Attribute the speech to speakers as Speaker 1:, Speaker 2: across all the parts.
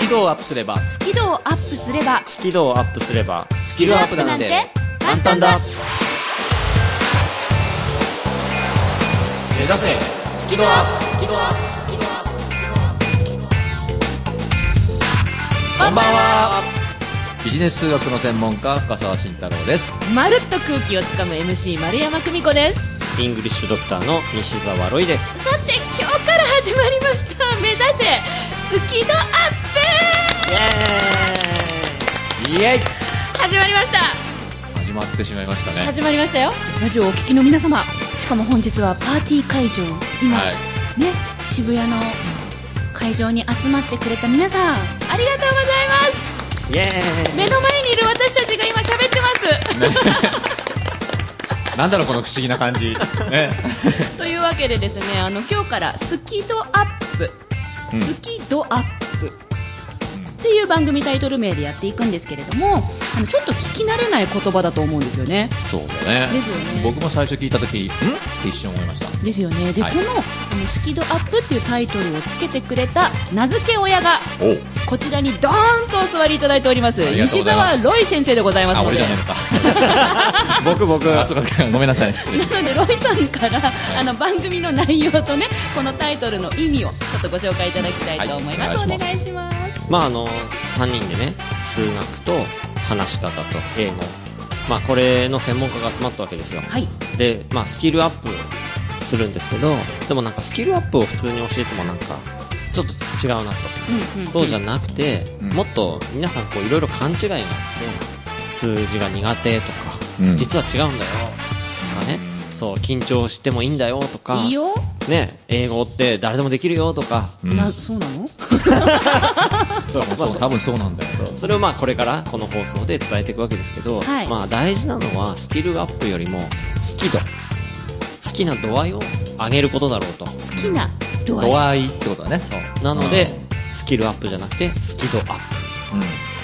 Speaker 1: キ度をアップすれば
Speaker 2: スキルをアップすれば
Speaker 3: スキルをアップすれば
Speaker 1: スキルアップなんて簡単だ目指せスキルアップスキルアップスキルアップスキルアップこんばんはビジネス数学の専門家深澤慎太郎です
Speaker 2: まるっと空気をつかむ MC 丸山久美子です
Speaker 3: イングリッシュドクターの西澤ロイです
Speaker 2: さて今日から始まりました目指せスキドアッ
Speaker 3: イエ
Speaker 1: イエイ
Speaker 2: プ始まりました
Speaker 1: 始まってしまいましたね
Speaker 2: 始まりましたよラジオをお聞きの皆様しかも本日はパーティー会場今、
Speaker 1: はい
Speaker 2: ね渋谷の会場に集まってくれた皆さんありがとうございます
Speaker 3: ーイイエー
Speaker 2: 目の前にいる私たちが今喋ってま す、
Speaker 1: なんだろうこの不思議な感 じね
Speaker 2: というわけでですねあの今日から「スキドアップ」
Speaker 1: ん
Speaker 2: スキドアップ」っていう番組タイトル名でやっていくんですけれどもあのちょっと聞き慣れない言葉だと思うんですよね
Speaker 1: そうだね
Speaker 2: ですよね
Speaker 1: 僕も最初聞いた時んって一瞬思いました
Speaker 2: ですよねで、
Speaker 1: はい
Speaker 2: このあの「スキドアップ」っていうタイトルをつけてくれた名付け親が
Speaker 1: お
Speaker 2: こちらにドーンとお座りいただいております
Speaker 1: ありがとう
Speaker 2: 西
Speaker 1: ございま
Speaker 2: 澤
Speaker 1: す
Speaker 2: ロイ先生でございます
Speaker 1: あ
Speaker 2: の
Speaker 1: 俺
Speaker 2: で
Speaker 1: じゃないのか
Speaker 3: イ僕僕
Speaker 1: あそうかごめんなさい失礼
Speaker 2: なのでロイさんから、あの番組の内容とねこのタイトルの意味をちょっとご紹介いただきたいと思います、
Speaker 1: はい
Speaker 2: お
Speaker 1: お願いします
Speaker 2: 願いします
Speaker 3: まああの3人でね数学と話し方と英語まあこれの専門家が集まったわけですよ
Speaker 2: はい
Speaker 3: でまあスキルアップするんですけどでもなんかスキルアップを普通に教えてもなんかちょっと違うなと
Speaker 2: うんうん
Speaker 3: そうじゃなくて、
Speaker 1: うん
Speaker 3: もっと皆さんこういろいろ勘違いがあって数字が苦手とか、
Speaker 1: うん
Speaker 3: 実は違うんだよとかね、そう緊張してもいいんだよとか
Speaker 2: いいよ、
Speaker 3: ね、英語って誰でもできるよとか、
Speaker 1: うん
Speaker 2: なそうなの
Speaker 1: そうそう多分そうなんだよ
Speaker 3: それをまあこれからこの放送で伝えていくわけですけど、
Speaker 2: はい
Speaker 3: まあ大事なのはスキルアップよりも好き度好きな度合いを上げることだろうと
Speaker 2: 好きな度合い
Speaker 1: 度合いってことだね
Speaker 3: なので
Speaker 1: う
Speaker 3: スキルアップじゃなくてスキルアッ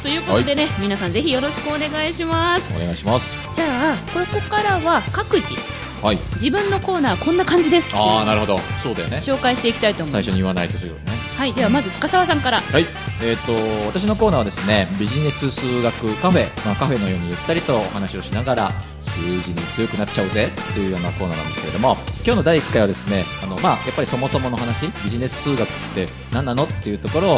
Speaker 2: ということでね、皆さんぜひよろしくお願いします
Speaker 1: うんお願いします
Speaker 2: じゃあここからは各自
Speaker 1: はい
Speaker 2: 自分のコーナーこんな感じですっていう
Speaker 1: ああなるほどそうだよね
Speaker 2: 紹介していきたいと思いま
Speaker 1: 最
Speaker 2: す
Speaker 1: 初に言わないとそういうことね
Speaker 2: はいではまず深澤さんから
Speaker 1: はい、えっ、と私のコーナーはですねビジネス数学カフェ、まあ、カフェのようにゆったりとお話をしながら数字に強くなっちゃおうぜというようなコーナーなんですけれども今日の第1回はですねあの、まあ、やっぱりそもそもの話ビジネス数学って何なのっていうところを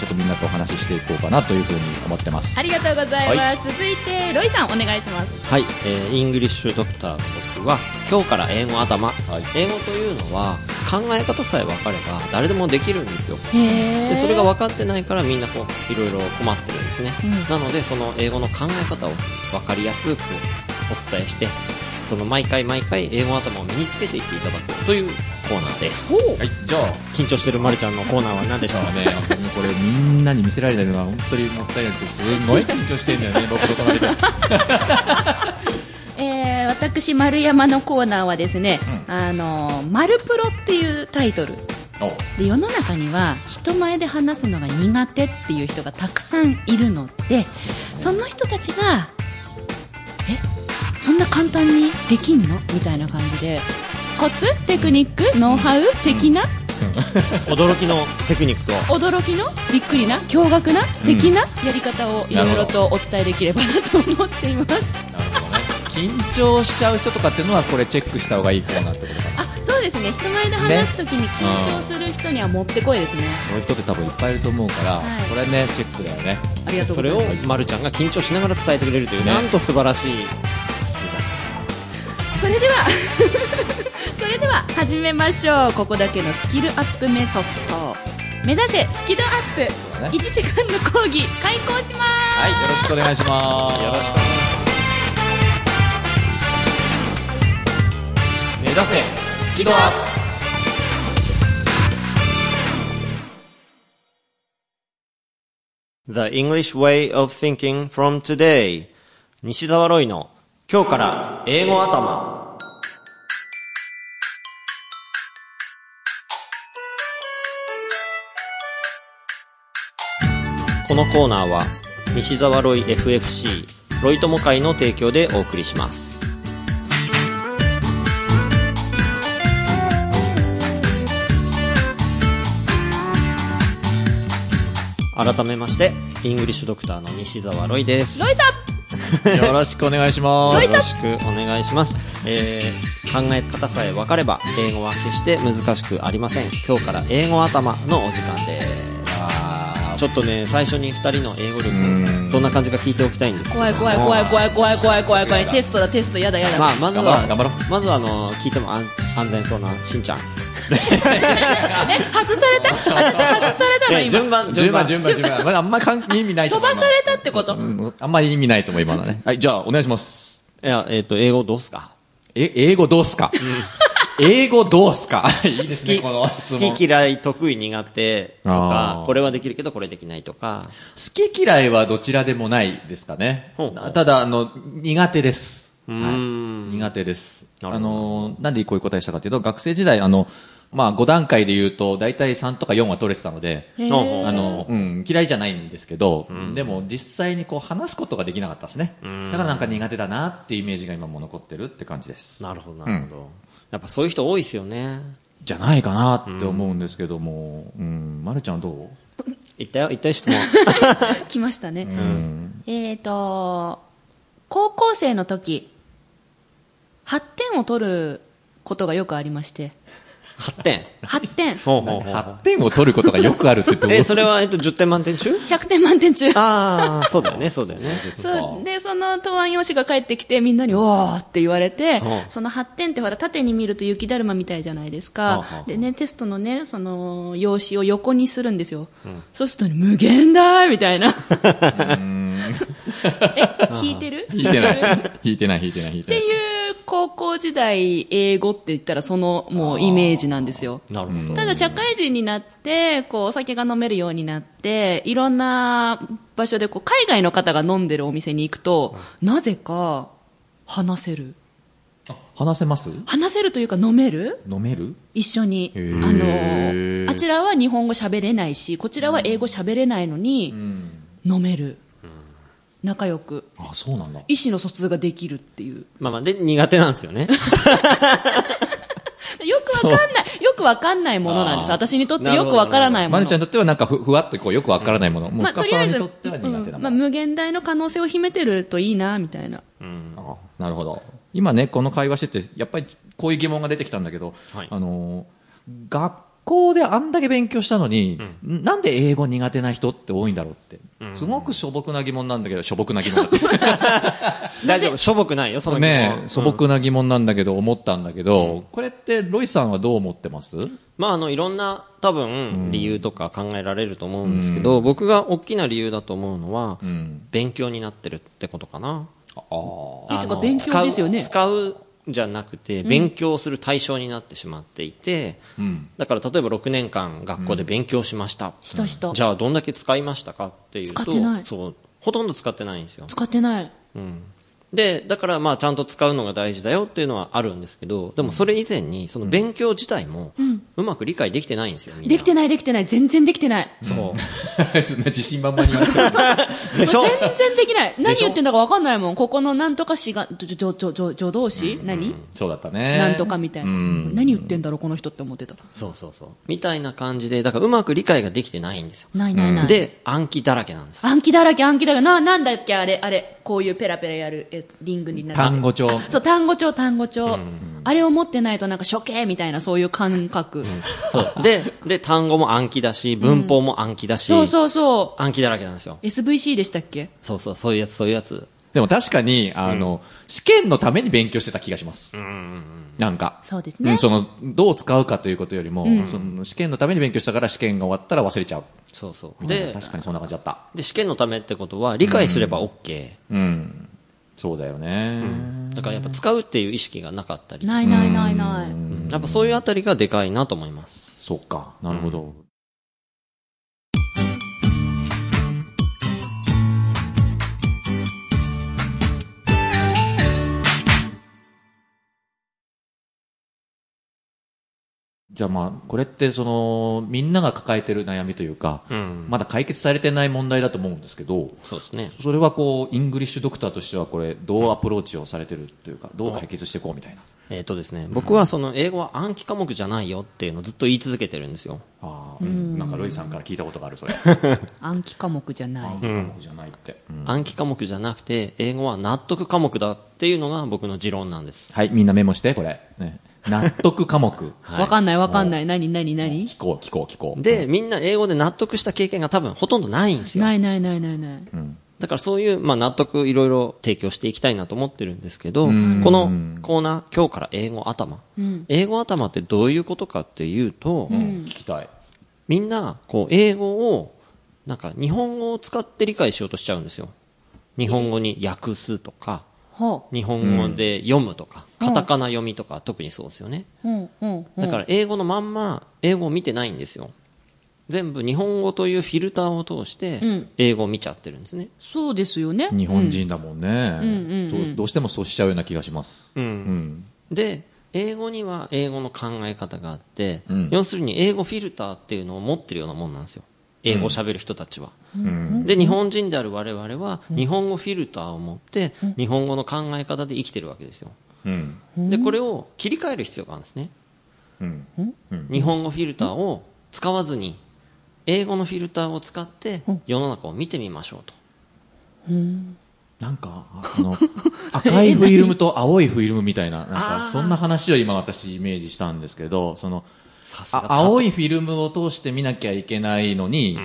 Speaker 1: ちょっとみんなとお話ししていこうかなというふうに思ってます
Speaker 2: ありがとうございます、続いてロイさんお願いします
Speaker 3: プはい、えーイングリッシュドクターの僕は今日から英語頭、英語というのは考え方さえ分かれば誰でもできるんですよ
Speaker 2: へえ
Speaker 3: でそれが分かってないからみんなこういろいろ困ってるんですね、なのでその英語の考え方を分かりやすくお伝えしてその毎回毎回英語頭を身につけていっていただくというコーナーです
Speaker 1: はいじゃあ
Speaker 3: 緊張してるまるちゃんのコーナーは何でしょう
Speaker 1: あのね、本当にこれみんなに見せられたのは本当にもったいないですけどすごい緊張してんだよね僕と隣で
Speaker 2: えー私丸山のコーナーはですね、
Speaker 1: う
Speaker 2: あのーマルプロっていうタイトル
Speaker 1: お
Speaker 2: で世の中には人前で話すのが苦手っていう人がたくさんいるのでその人たちがえそんな簡単にできんのみたいな感じでコツテクニックノウハウ的な
Speaker 3: 驚きのテクニックを
Speaker 2: 驚きのびっくりな驚愕な的なやり方をいろいろとお伝えできればなと思っています
Speaker 1: なるほどね緊張しちゃう人とかっていうのはこれチェックした方がいいコーナーってことかな
Speaker 2: あそうですね人前で話すときに緊張する人にはもってこいですね
Speaker 1: そういう人って多分いっぱいいると思うから、
Speaker 2: はい
Speaker 1: これねチェックだよね
Speaker 2: ありがとう
Speaker 3: そ
Speaker 2: ござ
Speaker 3: れ
Speaker 2: い
Speaker 3: を
Speaker 2: ます
Speaker 3: まるちゃんが緊張しながら伝えてくれるという、
Speaker 1: ね
Speaker 3: なんと素晴らしい
Speaker 2: それでは それでは始めましょうここだけのスキルアップメソッド目指せスキルアッ
Speaker 1: そう
Speaker 2: プ、
Speaker 1: だね
Speaker 2: 1時間の講義開講します
Speaker 1: はいよろしくお願いします
Speaker 3: よろしく
Speaker 1: 目指せスキドアッ
Speaker 3: 「The English Way of Thinking from Today」西澤ロイの「今日から英語頭」このコーナーは西澤ロイ FFC ロイ友会の提供でお送りします改めまして、イングリッシュドクターの西澤ロイです。
Speaker 2: ロイさ
Speaker 1: よろしくお願いしま
Speaker 3: よ
Speaker 1: す。
Speaker 3: ろしくお願いします。えー、考え方さえ分かれば、英語は決して難しくありません。今日から英語頭のお時間です。ちょっとね、最初に二人の英語
Speaker 1: うん
Speaker 3: 力、どんな感じか聞いておきたいんです
Speaker 2: ん
Speaker 3: けど
Speaker 2: 怖い怖い怖い怖い怖い怖い怖い怖いテストだテストやだやだ、
Speaker 3: まあ、まずは、
Speaker 1: 頑張ろう頑張ろ
Speaker 3: まずは、あの、聞いても安安全そうな、しんちゃん。い
Speaker 2: え外され た外外されたの
Speaker 3: や、
Speaker 2: 今
Speaker 3: 順番、
Speaker 1: 順
Speaker 3: 順
Speaker 1: 番、
Speaker 3: 番。
Speaker 1: 順番、順番。まだあんま関意味ないと
Speaker 2: 飛
Speaker 1: 思う
Speaker 2: ばされたってこと、
Speaker 1: うんあんまり意味ないと思う、今のね。はい、じゃあ、お願いします。
Speaker 3: いや、えっ、と、英語どうすか
Speaker 1: え、英語どうすか英語どうすかいいで
Speaker 3: 好
Speaker 1: すね、
Speaker 3: き、
Speaker 1: この質問。
Speaker 3: 好き嫌い得意苦手と
Speaker 1: あ
Speaker 3: か
Speaker 1: ー、
Speaker 3: これはできるけどこれできないとか。
Speaker 1: 好き嫌いはどちらでもないですかね
Speaker 3: ほうほう。
Speaker 1: ただ、あの、苦手です。
Speaker 3: うーん
Speaker 1: 苦手です。
Speaker 3: なる
Speaker 1: あ
Speaker 3: ほど
Speaker 1: の、なんでこういう答えしたかというと、学生時代、あの、まあ、5段階で言うと、大体3とか4は取れてたので、
Speaker 2: へー
Speaker 3: おう
Speaker 1: あの、うん、嫌いじゃないんですけど、でも実際にこう話すことができなかったですね。
Speaker 3: うん
Speaker 1: だからなんか苦手だなっていうイメージが今も残ってるって感じです。
Speaker 3: なるほど、なるほど、やっぱそういう人多いですよね。
Speaker 1: じゃないかなって思うんですけども、うん、まるちゃんどう
Speaker 3: 言ったよ、言ったよ、質 問。
Speaker 2: 来ましたね、
Speaker 1: うん。
Speaker 2: えっ、と高校生の時8点を取ることがよくありまして
Speaker 3: 8点。
Speaker 2: 8点
Speaker 3: ほうほうほう
Speaker 1: 8点を取ることがよくあるってどう
Speaker 3: え、それは、えっと、10点満点中
Speaker 2: 100点満点中
Speaker 3: ああ、そうだよね、そうだよね。
Speaker 2: そう でその答案用紙が返ってきてみんなに「おー!」って言われて
Speaker 3: うん
Speaker 2: その8点ってほら縦に見ると雪だるまみたいじゃないです
Speaker 3: はあは
Speaker 2: か
Speaker 3: あ
Speaker 2: でねテストのねその用紙を横にするんですよ、そうするとね「無限だ!」みた いなえ聞いてる
Speaker 1: 引いてない。引いてない、引いてない、引い
Speaker 2: ってて
Speaker 1: ない。
Speaker 2: いう高校時代英語って言ったらそのもうイメージなんですよ
Speaker 3: なるほど。
Speaker 2: ただ社会人になってこうお酒が飲めるようになっていろんな場所でこう海外の方が飲んでるお店に行くとなぜか話せる
Speaker 1: 話せます
Speaker 2: 話せるというか飲める
Speaker 1: 飲める
Speaker 2: 一緒にあ
Speaker 1: へー
Speaker 2: のあちらは日本語喋れないしこちらは英語喋れないの
Speaker 1: う
Speaker 2: に
Speaker 1: ん。
Speaker 2: 飲める仲良く
Speaker 1: あ、そうなんだ。
Speaker 2: 意思の疎通ができるっていう
Speaker 3: まあまあ、で、苦手なんですよ ね。
Speaker 2: よくわかんない、よくわかんないものなんです。
Speaker 3: あー
Speaker 2: 私にとってよくわからないも
Speaker 1: まる
Speaker 2: の
Speaker 1: ちゃ。んにとってはなんかふふわっとこうよくわからないもの。もう
Speaker 2: まあ、と
Speaker 1: 深
Speaker 2: りあ
Speaker 1: さん
Speaker 2: え
Speaker 1: に
Speaker 2: ず、
Speaker 1: とっては苦手
Speaker 2: う
Speaker 1: なんも
Speaker 2: ま
Speaker 1: の。
Speaker 2: あ、無限大の可能性を秘めてるといいな、みたいな。
Speaker 3: うん。
Speaker 1: あなるほど。今ね、この会話してて、やっぱりこういう疑問が出てきたんだけど、
Speaker 3: はい
Speaker 1: あのー学校であんだけ勉強したのに、なんで英語苦手な人って多いんだろうって、すごくしょぼくな疑問なんだけど、しょぼくな疑問だって
Speaker 3: 大丈夫、しょぼくないよ、その疑問
Speaker 1: ねえ素朴な疑問なんだけど、思ったんだけど、これってロイさんはどう思って ます
Speaker 3: まあ、あの、いろんな、多分、理由とか考えられると思うんですけど、僕が大きな理由だと思うのは、
Speaker 1: ん
Speaker 3: 勉強になってるってことかな。
Speaker 1: ああ。
Speaker 2: え
Speaker 3: あ
Speaker 2: て
Speaker 3: の
Speaker 2: か勉強ですよね
Speaker 3: 使う使うんじゃなくて勉強する対象になってしまっていて、
Speaker 1: うん。
Speaker 3: だから例えば6年間学校で勉強しました、
Speaker 2: したした。
Speaker 3: じゃあどんだけ使いましたかっていうと
Speaker 2: 使ってない
Speaker 3: そうほとんど使ってないんですよ、
Speaker 2: 使ってない。
Speaker 3: うん、でだからまあちゃんと使うのが大事だよっていうのはあるんですけどでもそれ以前にその勉強自体もうまく理解できてないんですよみんな
Speaker 2: できてない、できてない。全然できてない。
Speaker 3: そ
Speaker 1: そんな自信満々に言われてる
Speaker 3: うでしょ
Speaker 2: もう全然できない。何
Speaker 3: しょ
Speaker 2: 言ってんだかわかんないもん。ここのなんとか詞が、じょ、じょ、じょ、じょ、助動詞何
Speaker 1: そうだったね。
Speaker 2: なんとかみたいな。
Speaker 1: うん
Speaker 2: 何言ってんだろう、この人って思ってた。
Speaker 3: そうそうそうみたいな感じでだからうまく理解ができてないんですよ
Speaker 2: ないないない。、
Speaker 3: で暗記だらけなんです
Speaker 2: 暗記だらけ、暗記だらけ。な、なんだっけ、あれ、あれ。こういうペラペラやる、えっとリングになって
Speaker 1: 単語帳。
Speaker 2: そう、単語帳、単語帳。あれを持ってないとなんか処刑みたいなそういう感覚。
Speaker 3: そう。で、で、単語も暗記だし、文法も暗記だし、
Speaker 2: そうそうそ
Speaker 3: 暗記だらけなんですよ。
Speaker 2: う。SVC でしたっけ
Speaker 3: そうそう、そういうやつ、そういうやつ。
Speaker 1: でも確かに、あの、試験のために勉強してた気がします。
Speaker 3: うん。
Speaker 1: なんか。
Speaker 2: そうです
Speaker 1: うん、その、どう使うかということよりも、その試験のために勉強したから試験が終わったら忘れちゃう。
Speaker 3: そうそう。
Speaker 1: うん
Speaker 3: で、
Speaker 1: 確かにそんな感じだった。
Speaker 3: で、試験のためってことは、理解すれば OK。
Speaker 1: うん。そうだよね。
Speaker 3: だからやっぱ使うっていう意識がなかったり。
Speaker 2: ないないないない。
Speaker 3: うんやっぱそういうあたりがでかいなと思います。
Speaker 1: そっか。なるほど。じゃあまあ、これってその、みんなが抱えてる悩みというか、
Speaker 3: うん。
Speaker 1: まだ解決されてない問題だと思うんですけど、
Speaker 3: そうですね。
Speaker 1: それはこう、イングリッシュドクターとしてはこれ、どうアプローチをされてるというか、どう解決していこうみたいな。
Speaker 3: えっ、とですね、僕はその英語は暗記科目じゃないよっていうのをずっと言い続けてるんですよ。
Speaker 1: ああ、うん、なんかロイさんから聞いたことがある、それ。
Speaker 2: 暗記科目じゃない。
Speaker 1: うん。じゃないって。
Speaker 3: 暗記科目じゃなくて、英語は納得科目だっていうのが僕の持論なんです。
Speaker 1: はい、みんなメモして、これ。ね、納得科目。
Speaker 3: はい
Speaker 2: わかんないわかんない。何何何
Speaker 1: 聞こう、聞こう、聞こう。
Speaker 3: で、みんな英語で納得した経験が多分ほとんどないんですよ。
Speaker 2: ないないないないない。
Speaker 3: だからそういう、まあ、納得いろいろ提供していきたいなと思ってるんですけど、こ
Speaker 1: ん
Speaker 3: のコーナー、今日から英語頭。
Speaker 2: うん
Speaker 3: 英語頭ってどういうことかっていうと、
Speaker 1: うん、聞きたい。
Speaker 3: みんな、こう、英語を、なんか日本語を使って理解しようとしちゃうんですよ。日本語に訳すとか、
Speaker 2: ほ
Speaker 3: 日本語で読むとか、
Speaker 2: うん
Speaker 3: カタカナ読みとか特にそうですよね。
Speaker 2: う。うんうんうん。
Speaker 3: だから英語のまんま英語を見てないんですよ。全部日本語というフィルターを通して
Speaker 2: うん
Speaker 3: 英語を見ちゃってるんですね。
Speaker 2: そうですよね。
Speaker 1: 日本人だもんね、
Speaker 2: んうんうん
Speaker 1: どう。どうしてもそうしちゃうような気がします。
Speaker 3: うん
Speaker 1: うん。
Speaker 3: で、英語には英語の考え方があって、
Speaker 1: うん
Speaker 3: 要するに英語フィルターっていうのを持ってるようなもんなんですよ。英語を喋る人たちは。
Speaker 1: うん。
Speaker 3: で、日本人である我々は日本語フィルターを持って日本語の考え方で生きてるわけですよ。
Speaker 1: うん。
Speaker 3: で、これを切り替える必要があるんですね。
Speaker 1: うん。
Speaker 3: 日本語フィルターを使わずに英語のフィルターを使って世の中を見てみましょうと。
Speaker 1: なんか、ああ の、赤いフィルムと青いフィルムみたいな、なんか、そんな話を今私イメージしたんですけど、その、
Speaker 3: さす
Speaker 1: あ
Speaker 3: が
Speaker 1: 青いフィルムを通して見なきゃいけないのに、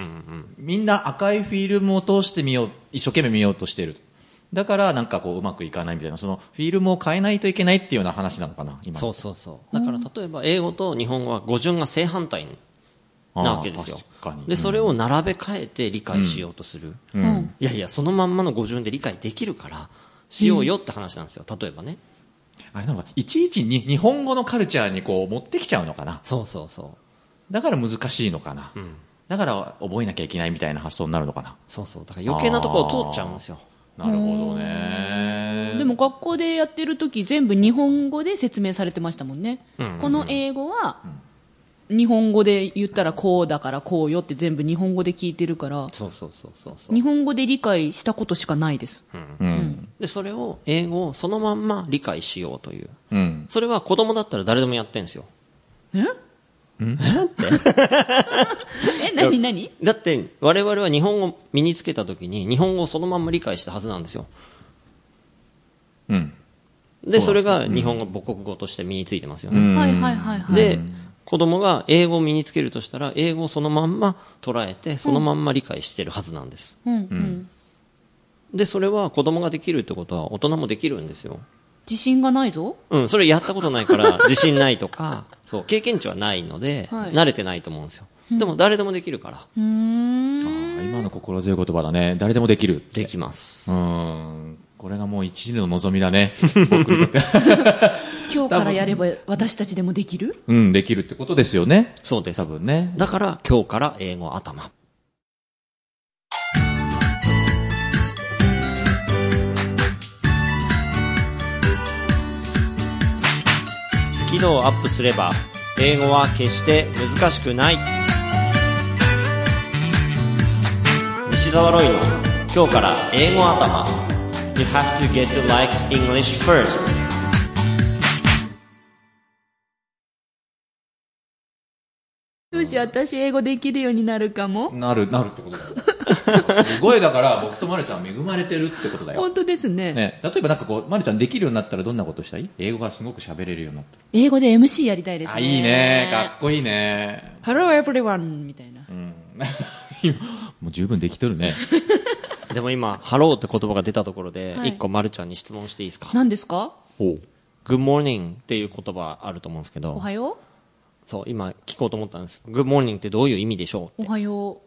Speaker 1: みんな赤いフィルムを通して見よう、一生懸命見ようとしてる。だから、なんかこう、うまくいかないみたいな、その、フィルムを変えないといけないっていうような話なのかな、今。
Speaker 3: そうそうそう。だから例えば英語と日本語は語順が正反対
Speaker 1: あー
Speaker 3: なわけですよ。
Speaker 1: 確かに。
Speaker 3: で、それを並べ替えて理解しようとする。
Speaker 1: うん。
Speaker 3: いやいや、そのまんまの語順で理解できるから、しようよって話なんですよ。例えばね。
Speaker 1: あれなんか、いちいちに日本語のカルチャーにこう、持ってきちゃうのかな。
Speaker 3: そうそうそう。
Speaker 1: だから難しいのかな。
Speaker 3: ん
Speaker 1: だから、覚えなきゃいけないみたいな発想になるのかな。
Speaker 3: そうそう。だから余計なところを通っちゃうんですよ。
Speaker 1: なるほどね。
Speaker 2: でも学校でやってる時全部日本語で説明されてましたもんね、
Speaker 3: うん
Speaker 2: この英語は日本語で言ったらこうだからこうよって全部日本語で聞いてるから
Speaker 3: そうそうそうそうそう
Speaker 2: 日。本語で理解したことしかないです、
Speaker 1: うん。
Speaker 3: で、それを英語をそのまんま理解しようという。
Speaker 1: うん。
Speaker 3: それは子供だったら誰でもやってんですよ。
Speaker 2: ええ何何
Speaker 3: だって、我々は日本語を身につけた時に、日本語をそのまんま理解したはずなんですよ。
Speaker 1: うん。
Speaker 3: で、それが日本語、母国語として身についてますよね。
Speaker 2: はいはいはいはい
Speaker 3: で、子供が英語を身につけるとしたら、英語をそのまんま捉えて、そのまんま理解してるはずなんです。
Speaker 2: うんうん、
Speaker 3: で、それは子供ができるってことは大人もできるんですよ。
Speaker 2: 自信がないぞ
Speaker 3: うん、それやったことな いから、自信ないとか、そう、経験値はないので、
Speaker 2: はい
Speaker 3: 慣れてないと思うんですよ。でも誰でもできるから、
Speaker 2: うーん
Speaker 1: あー今の心強い言葉だね。誰でもできる。
Speaker 3: できます。
Speaker 1: うーん。これがもう一時の望みだね。僕にとって
Speaker 2: 今日からやれば私たちでもできる
Speaker 1: うん、できるってことですよね。
Speaker 3: そうです
Speaker 1: 多。分ね。
Speaker 3: だから、今日から英語頭。スキルをアップすれば、英語は決して難しくない。西澤ロイの今日から英語頭。You have to get to like English first.
Speaker 2: よし私英語できるようになるかも
Speaker 1: なる、なるってことだよ。すごい、だから僕とまるちゃんは恵まれてるってことだよ。
Speaker 2: 本当ですね
Speaker 1: ね、例えばなんかこう、まるちゃんできるようになったらどんなことしたい英語がすごく喋れるようになった
Speaker 2: 英語で MC やりたいです
Speaker 1: ら。
Speaker 2: ね
Speaker 1: あ、いいね。かっこいいね。
Speaker 2: Hello everyone みたいな
Speaker 1: うん。もう十分できとるね。
Speaker 3: でも今、ハローって言葉が出たところで、
Speaker 2: はい
Speaker 3: 一個まるちゃんに質問していいですか
Speaker 2: 何ですか
Speaker 1: ほう。
Speaker 3: Good morning っていう言葉あると思うんですけ
Speaker 2: お
Speaker 3: ど、
Speaker 2: はよ
Speaker 3: そう、今聞こうと思ったんです。Good morning ってどういう意味でしょう
Speaker 2: うおはよ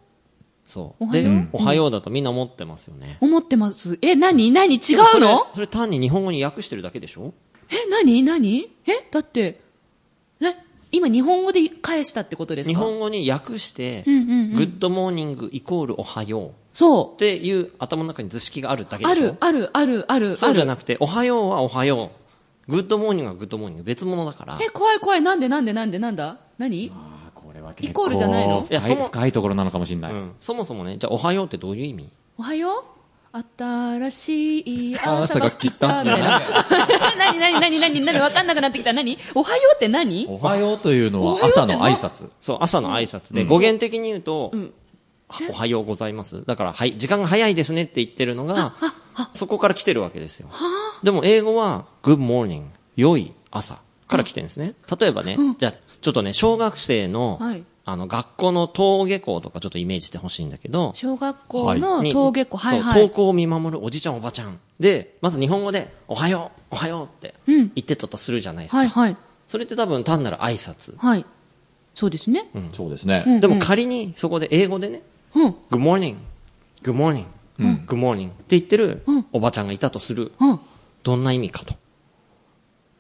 Speaker 3: そう。
Speaker 2: おはよう
Speaker 3: で
Speaker 2: うん、
Speaker 3: おはようだとみんな思ってますよね。
Speaker 2: う思ってますえ何何違うの
Speaker 3: それそれ単に日本語に訳してるだけでしょ
Speaker 2: え何何えだってえ今日本語で返したってことですか
Speaker 3: 日本語に訳して、
Speaker 2: うんうんうん
Speaker 3: Good morning イコールおはようっ
Speaker 2: そ
Speaker 3: ていう頭の中に図式があるだけ
Speaker 2: う
Speaker 3: で
Speaker 2: あ
Speaker 3: しょ
Speaker 2: るあるあるある
Speaker 3: そ
Speaker 2: あ
Speaker 3: うじゃ
Speaker 2: る
Speaker 3: なくて、おはようはおはよう。Good morning は Good morning 別物だから。
Speaker 2: え怖い怖いなんでなんでなんでなんだ何
Speaker 1: ああ、これは
Speaker 2: イコールじゃないの
Speaker 1: いや、その深いところなのかもしれない。
Speaker 3: うんそもそもね、じゃあおはようってどういう意味
Speaker 2: おはよう新しい
Speaker 1: 朝
Speaker 2: 朝
Speaker 1: が
Speaker 2: が
Speaker 1: 来
Speaker 2: 来
Speaker 1: た
Speaker 2: たみたいな。 何何何何何わかんなくなってきた。何おはようって何
Speaker 1: おはようというのは朝の挨拶。
Speaker 3: そう、朝の挨拶で、
Speaker 1: うん
Speaker 3: 語源的に言うと、
Speaker 2: ん
Speaker 3: あおはようございます。だから、はい、時間が早いですねって言ってるのが、そこから来てるわけですよ。でも、英語は、good morning、良い朝から来てるんですね。例えばね、じゃあ、ちょっとね、小学生の、
Speaker 2: はい
Speaker 3: あの、学校の登下校とかちょっとイメージしてほしいんだけど、
Speaker 2: 小学校
Speaker 3: に
Speaker 2: の登下校。はいは
Speaker 3: そう
Speaker 2: い
Speaker 3: 登。校を見守るおじちゃんおばちゃん。で、まず日本語で、おはよう、おはようって
Speaker 2: うん
Speaker 3: 言ってたとするじゃないですか。
Speaker 2: はいはい。
Speaker 3: それって多分単なる挨拶。
Speaker 2: はい。そうですね。
Speaker 1: そうですね。
Speaker 2: うん
Speaker 3: でも仮にそこで英語でね、
Speaker 2: うん。
Speaker 3: Good morning. Good morning.
Speaker 1: ん
Speaker 3: Good morning. って言ってる
Speaker 2: うん
Speaker 3: おばちゃんがいたとする。
Speaker 2: うん。
Speaker 3: どんな意味かと。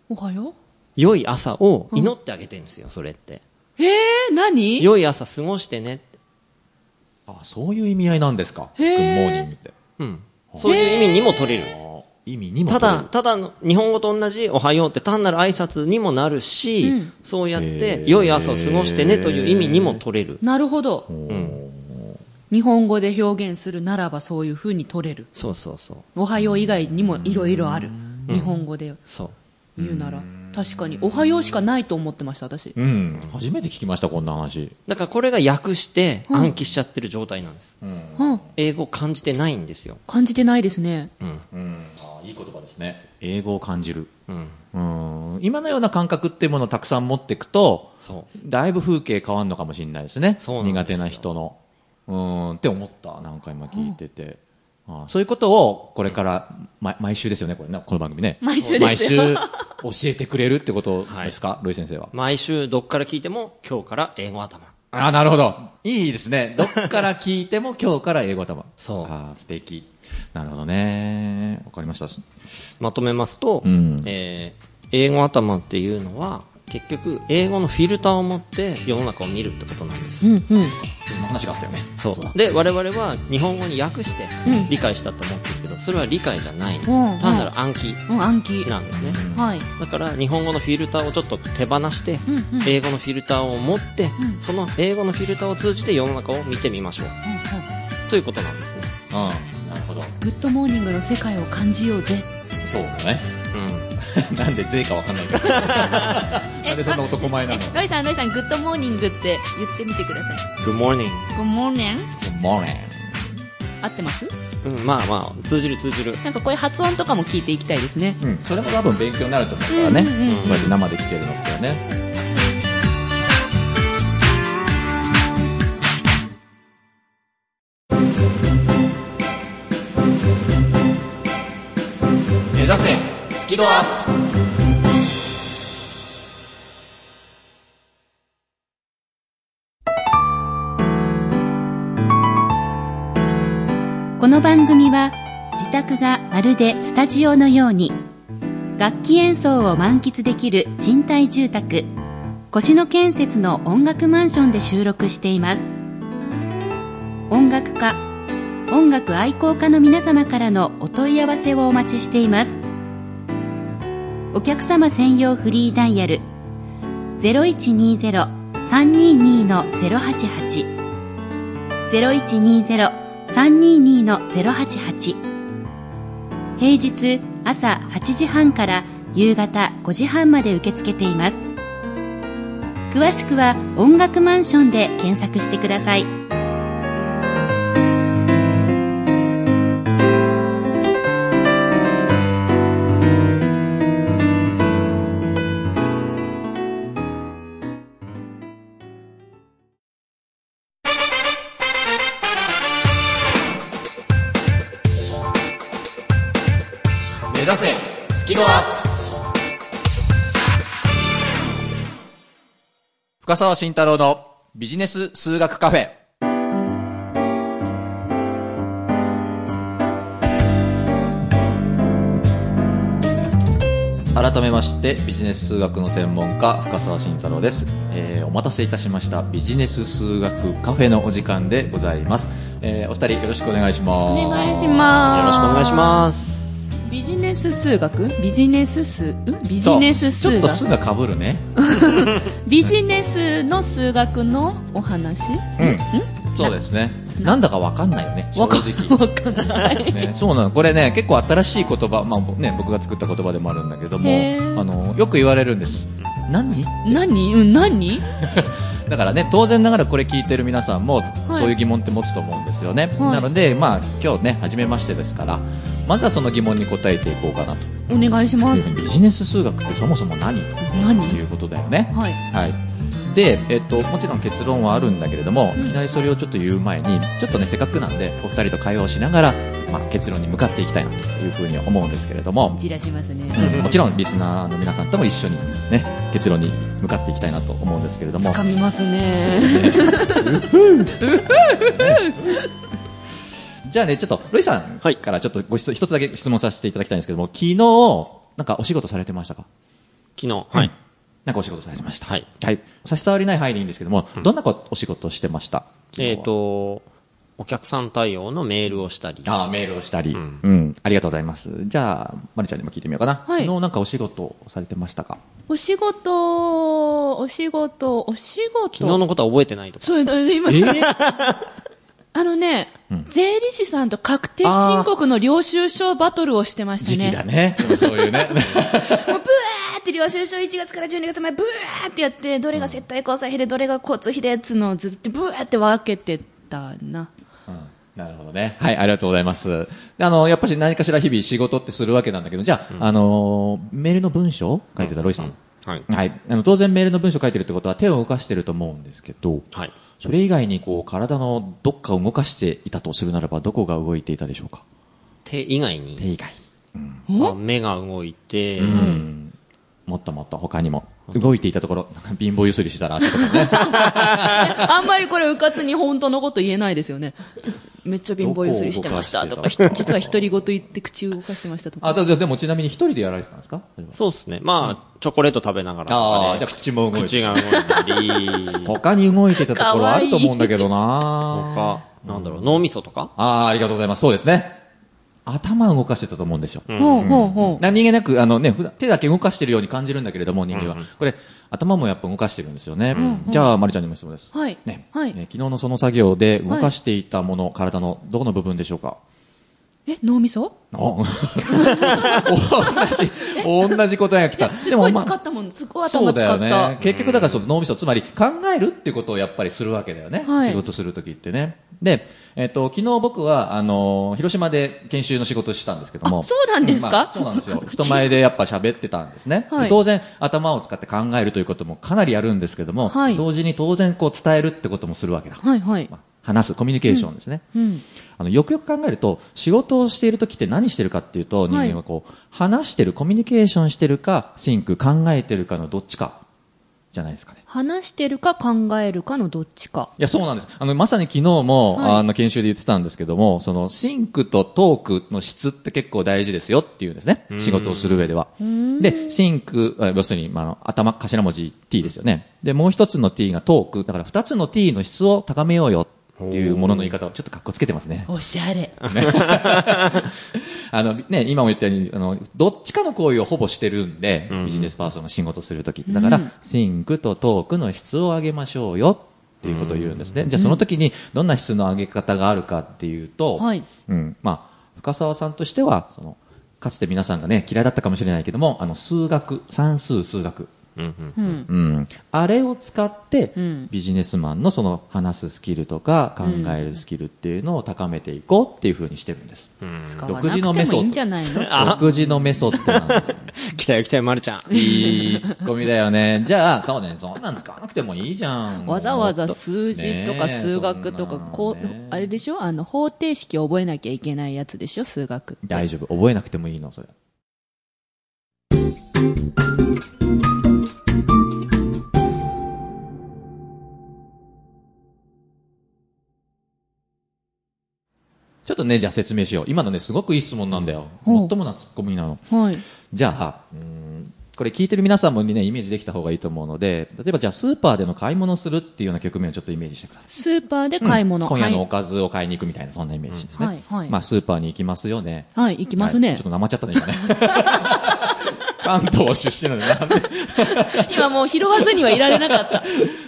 Speaker 2: おはよ
Speaker 3: 良い朝を祈ってあげてるんですよ、それって。
Speaker 2: うえー、何
Speaker 3: 良い朝過ごしてねって。
Speaker 1: あ、そういう意味合いなんですか。グ
Speaker 2: へー
Speaker 1: ッモーニングって。
Speaker 3: うん。そういう意味にも取れる。
Speaker 1: あ意味にも
Speaker 3: た
Speaker 1: 取れ
Speaker 3: だ、
Speaker 1: る。
Speaker 3: ただの、日本語と同じおはようって単なる挨拶にもなるし、
Speaker 2: うん
Speaker 3: そうやっ
Speaker 1: へ
Speaker 3: て
Speaker 1: ー
Speaker 3: 良い朝を過ごしてねという意味にも取れる。
Speaker 2: なるほど。
Speaker 3: うん。
Speaker 2: 日本語で表現するならばそういう風に取れる。
Speaker 3: そうそうそう。
Speaker 2: おはよう以外にもいろいろある。日本語で
Speaker 3: そう。
Speaker 2: 言うなら。確かに、おはようしかないと思ってました、私。
Speaker 1: うん。初めて聞きました、こんな話。
Speaker 3: だからこれが訳して暗記しちゃってる状態なんです。
Speaker 2: うん。
Speaker 3: 英語感じてないんですよ。
Speaker 2: 感じてないですね。
Speaker 3: うん。
Speaker 1: うん。あいい言葉ですね。英語を感じる。
Speaker 3: うん。
Speaker 1: うん。今のような感覚っていうものをたくさん持っていくと、
Speaker 3: そう。
Speaker 1: だいぶ風景変わるのかもしれないですね。
Speaker 3: そうなん
Speaker 1: 苦
Speaker 3: です
Speaker 1: 手
Speaker 3: よ
Speaker 1: な人の。うーんって思った。何回も聞いてて。あーそういうことを、これから、ま、毎週ですよね、これね、この番組ね。
Speaker 2: 毎週ですよ
Speaker 1: 毎週、教えてくれるってことですか、ロイ先生は。
Speaker 3: 毎週どっから聞いても今日から英語頭
Speaker 1: あーなるほど。いいですね。どっから聞いても、今日から英語頭。
Speaker 3: そう
Speaker 1: あー素敵。なるほどね。わかりました。
Speaker 3: まとめますと、
Speaker 1: うん
Speaker 3: えー英語頭っていうのは結局英語のフィルターを持って世の中を見るってことなんです、
Speaker 2: うんうん。
Speaker 1: そんな話があったよね。
Speaker 3: そうで我々は日本語に訳して
Speaker 2: うん
Speaker 3: 理解したと思ってるけどそれは理解じゃないんです、
Speaker 2: うん
Speaker 3: 単なる暗記
Speaker 2: うん、暗記。
Speaker 3: なんですね、
Speaker 2: はい。
Speaker 3: だから日本語のフィルターをちょっと手放して、
Speaker 2: うんうん。
Speaker 3: 英語のフィルターを持って、
Speaker 2: うん
Speaker 3: その英語のフィルターを通じて世の中を見てみましょう
Speaker 2: うんうん
Speaker 3: ということなんですね、
Speaker 1: うん。なるほど。
Speaker 2: グッドモーニングの世界を感じようぜ。
Speaker 1: そうだね。
Speaker 3: うん、
Speaker 1: なんで税かわかんないけど。なんでそんな男前なの
Speaker 2: えロイさん、ロイさん、グッドモーニングって言ってみてください。
Speaker 3: Good morning
Speaker 2: グッドモーニング
Speaker 1: モーニング。
Speaker 2: 合ってます
Speaker 3: うん、まあまあ通じる通じる
Speaker 2: なんかこれ発音とかも聞いていきたいですね。
Speaker 1: うん、それも多分勉強になると思うからね、
Speaker 2: うんうんうん
Speaker 1: こうやって生で来てるのってね。目指せスキドアップ
Speaker 2: この番組は自宅がまるでスタジオのように楽器演奏を満喫できる賃貸住宅腰の建設の音楽マンションで収録しています音楽家音楽愛好家の皆様からのお問い合わせをお待ちしていますお客様専用フリーダイヤル0120-322-088 0120-322-088平日朝8時半から夕方5時半まで受け付けています詳しくは「音楽マンション」で検索してください
Speaker 1: 目指せスキドアップ深沢慎太郎のビジネス数学カフェ改めましてビジネス数学の専門家深澤慎太郎です、えーお待たせいたしましたビジネス数学カフェのお時間でございます、えーお二人よろしくお願いします
Speaker 2: お願いしま
Speaker 3: よ
Speaker 2: す
Speaker 3: ろしくお願いします
Speaker 2: すビジネス数学ビジネス数んビ
Speaker 1: そ
Speaker 2: ジ
Speaker 1: う
Speaker 2: ネス
Speaker 1: ち
Speaker 2: 数
Speaker 1: ょっと
Speaker 2: 学
Speaker 1: 数がかぶるね
Speaker 2: ビジネスの数学のお話
Speaker 1: うんそうですね。なんだかわかんないよね。正
Speaker 2: わか
Speaker 1: 直。
Speaker 2: わかんない。
Speaker 1: ね、そうなの。これね、結構新しい言葉、まあね、僕が作った言葉でもあるんだけども
Speaker 2: へ、ー
Speaker 1: あの、よく言われるんです。何
Speaker 2: 何うん、何
Speaker 1: だからね、当然ながらこれ聞いてる皆さんも、そういう疑問って持つと思うんですよね。なので、まあ、今日ね、初めましてですから、まずはその疑問に答えていこうかなと。
Speaker 2: お願いします。
Speaker 1: ビジネス数学ってそもそも何
Speaker 2: 何
Speaker 1: ということだよね。
Speaker 2: はい。
Speaker 1: はい。で、えっと、もちろん結論はあるんだけれども、
Speaker 2: う
Speaker 1: い
Speaker 2: ん
Speaker 1: きなりそれをちょっと言う前に、ちょっとね、せっかくなんで、お二人と会話をしながら、まあ、結論に向かっていきたいなというふうに思うんですけれども、
Speaker 2: じらしますね。
Speaker 1: うんもちろんリスナーの皆さんとも一緒にね、結論に向かっていきたいなと思うんですけれども、
Speaker 2: 掴みますね。
Speaker 1: じゃあね、ちょっと、ロイさん
Speaker 3: はい
Speaker 1: からちょっとご質問、一つだけ質問させていただきたいんですけども、昨日、なんかお仕事されてましたか
Speaker 3: 昨日、はい。
Speaker 1: なんかお仕事されてました。
Speaker 3: はい。
Speaker 1: はい。差し障りない範囲でいいんですけども、どんなこお仕事をしてました
Speaker 3: えっ、、と、お客さん対応のメールをしたり、
Speaker 1: ああ、メールをしたり、うんん。ありがとうございます。じゃあ、まるちゃんにも聞いてみようかな。
Speaker 2: はい
Speaker 1: の、なんかお仕事をされてましたか
Speaker 2: お仕事、お仕事、お仕事。
Speaker 3: 昨日のことは覚えてないとか。
Speaker 2: そういうの、今、 あのね、税理士さんと確定申告の領収書バトルをしてました
Speaker 1: 時期だね。
Speaker 2: ね。
Speaker 1: でもそういう ね。
Speaker 2: もうブワーって領収書1月から12月までブワーってやって、どれが接待交際費で、どれが交通費でっつうのをずっとブワーって分けてたな。
Speaker 1: うんなるほどね。はい、ありがとうございます。であの、やっぱり何かしら日々仕事ってするわけなんだけど、じゃあ、あのー、メールの文章書いてたロイさん。
Speaker 3: はい。
Speaker 1: はい。あの、当然メールの文章書いてるってことは手を動かしてると思うんですけど、
Speaker 3: はい。
Speaker 1: それ以外にこう、体のどっかを動かしていたとするならば、どこが動いていたでしょうか
Speaker 3: 手以外
Speaker 1: 手
Speaker 3: に、
Speaker 1: 以外。
Speaker 3: まあ目が動いて、
Speaker 1: うん。もっともっと他にも。動いていたところ、なんか貧乏ゆすりしてたら足とかね。
Speaker 2: あんまりこれ、うかつに本当のこと言えないですよね。めっちゃ貧乏ゆすりしてましたとか、ひ実は独り言言って口動かしてましたとか。
Speaker 1: あ、だだでもちなみに一人でやられてたんですか
Speaker 3: そうですね。まあ、チョコレート食べながらとかで、
Speaker 1: ああ、じゃあ口も動い
Speaker 3: 口
Speaker 1: て。
Speaker 3: が動い たり、
Speaker 1: 他に動いてたところあると思うんだけどな
Speaker 3: 他、なんだろう、脳みそとか
Speaker 1: ああー、ありがとうございます。そうですね。頭を動かしてたと思うんですよ。
Speaker 2: ほうほうほう。
Speaker 1: 何気なく、あのね、普段手だけ動かしてるように感じるんだけれども、人間は。これ、頭もやっぱ動かしてるんですよね。じゃあ、まるちゃんにも質問です。
Speaker 2: はい
Speaker 1: ね。
Speaker 2: はい
Speaker 1: ね昨日のその作業で動かしていたもの、体のどこの部分でしょうか
Speaker 2: え、脳みそ
Speaker 1: お 同じ、同じ答えが来た。
Speaker 2: すごい
Speaker 1: ま
Speaker 2: 使ったもん、すごい
Speaker 1: そ
Speaker 2: 頭
Speaker 1: うだ
Speaker 2: 使
Speaker 1: よ
Speaker 2: った。
Speaker 1: ね。結局だからその脳みそ、つまり考えるっていうことをやっぱりするわけだよね。
Speaker 2: はい
Speaker 1: 仕事するときってね。で、えっ、と、昨日僕は、あの、広島で研修の仕事をしたんですけども。
Speaker 2: あそうなんですか
Speaker 1: まあそうなんです よ。人前でやっぱ喋ってたんですね。
Speaker 2: はい
Speaker 1: で当然、頭を使って考えるということもかなりやるんですけども、
Speaker 2: はい
Speaker 1: 同時に当然こう伝えるってこともするわけだ。
Speaker 2: はいはい
Speaker 1: ま。あ話す、コミュニケーションですね。
Speaker 2: うん。
Speaker 1: あの、よくよく考えると、仕事をしている時って何してるかっていうと、人
Speaker 2: はい
Speaker 1: 間はこう、話してる、コミュニケーションしてるか、シンク、考えてるかのどっちか、じゃないですかね。
Speaker 2: 話してるか考えるかのどっちか。
Speaker 1: いや、そうなんです。あの、まさに昨日も、
Speaker 2: はい
Speaker 1: あの、研修で言ってたんですけども、その、シンクとトークの質って結構大事ですよっていうんですね。仕事をする上では。で、シンク、あ要するに、まああの、頭、頭文字 t ですよね。で、もう一つの t がトーク。だから二つの t の質を高めようよっていうものの言い方をちょっと格好つけてますね。
Speaker 2: おしゃれ。
Speaker 1: あのね、今も言ったように、あの、どっちかの行為をほぼしてるんで、ビジネスパーソンの仕事するとき。だから、シンクとトークの質を上げましょうよっていうことを言うんですね。じゃあその時にどんな質の上げ方があるかっていうと、
Speaker 2: はい
Speaker 1: うん、まあ、深澤さんとしては、その、かつて皆さんがね、嫌いだったかもしれないけども、あの、数学、算数数学。
Speaker 2: うん。
Speaker 1: うん、あれを使って、
Speaker 2: うん
Speaker 1: ビジネスマンのその話すスキルとか考えるスキルっていうのを高めていこうっていうふうにしてるんです。
Speaker 2: 使わな
Speaker 1: 独自のメ
Speaker 2: くて
Speaker 1: ソッド
Speaker 2: もいいんじゃないの
Speaker 1: 独自のメソッドなんですね。
Speaker 3: 来たよ来たよ、まるちゃん。
Speaker 1: いいツッコミだよね。じゃあ、そうね、そんなん使わなくてもいいじゃん。
Speaker 2: わざわざ
Speaker 1: もっ
Speaker 2: 数字と
Speaker 1: ね
Speaker 2: か
Speaker 1: え
Speaker 2: 数学と
Speaker 1: そ
Speaker 2: か
Speaker 1: んな、の
Speaker 2: こ う
Speaker 1: ね、
Speaker 2: あれでしょあの、方程式を覚えなきゃいけないやつでしょ数学って。
Speaker 1: 大丈夫、覚えなくてもいいの、それ。ちょっとね、じゃあ説明しよう。今のね、すごくいい質問なんだよ。
Speaker 2: ほう
Speaker 1: もっともなツッコミなの。
Speaker 2: はい。
Speaker 1: じゃあ、うーんこれ聞いてる皆さんもね、イメージできた方がいいと思うので、例えばじゃあスーパーでの買い物するっていうような局面をちょっとイメージしてください。
Speaker 2: スーパーで買い物。
Speaker 1: 今
Speaker 2: は
Speaker 1: 夜のお
Speaker 2: い。
Speaker 1: かずを買いに行くみたいな、そんなイメージですね。
Speaker 2: はいはい
Speaker 1: まあ、スーパーに行きますよね。
Speaker 2: はい、行きますね。
Speaker 1: はいちょっとなまっちゃったね、今ね。 関東出身なんで、なんで
Speaker 2: 今もう拾わずにはいられな かった。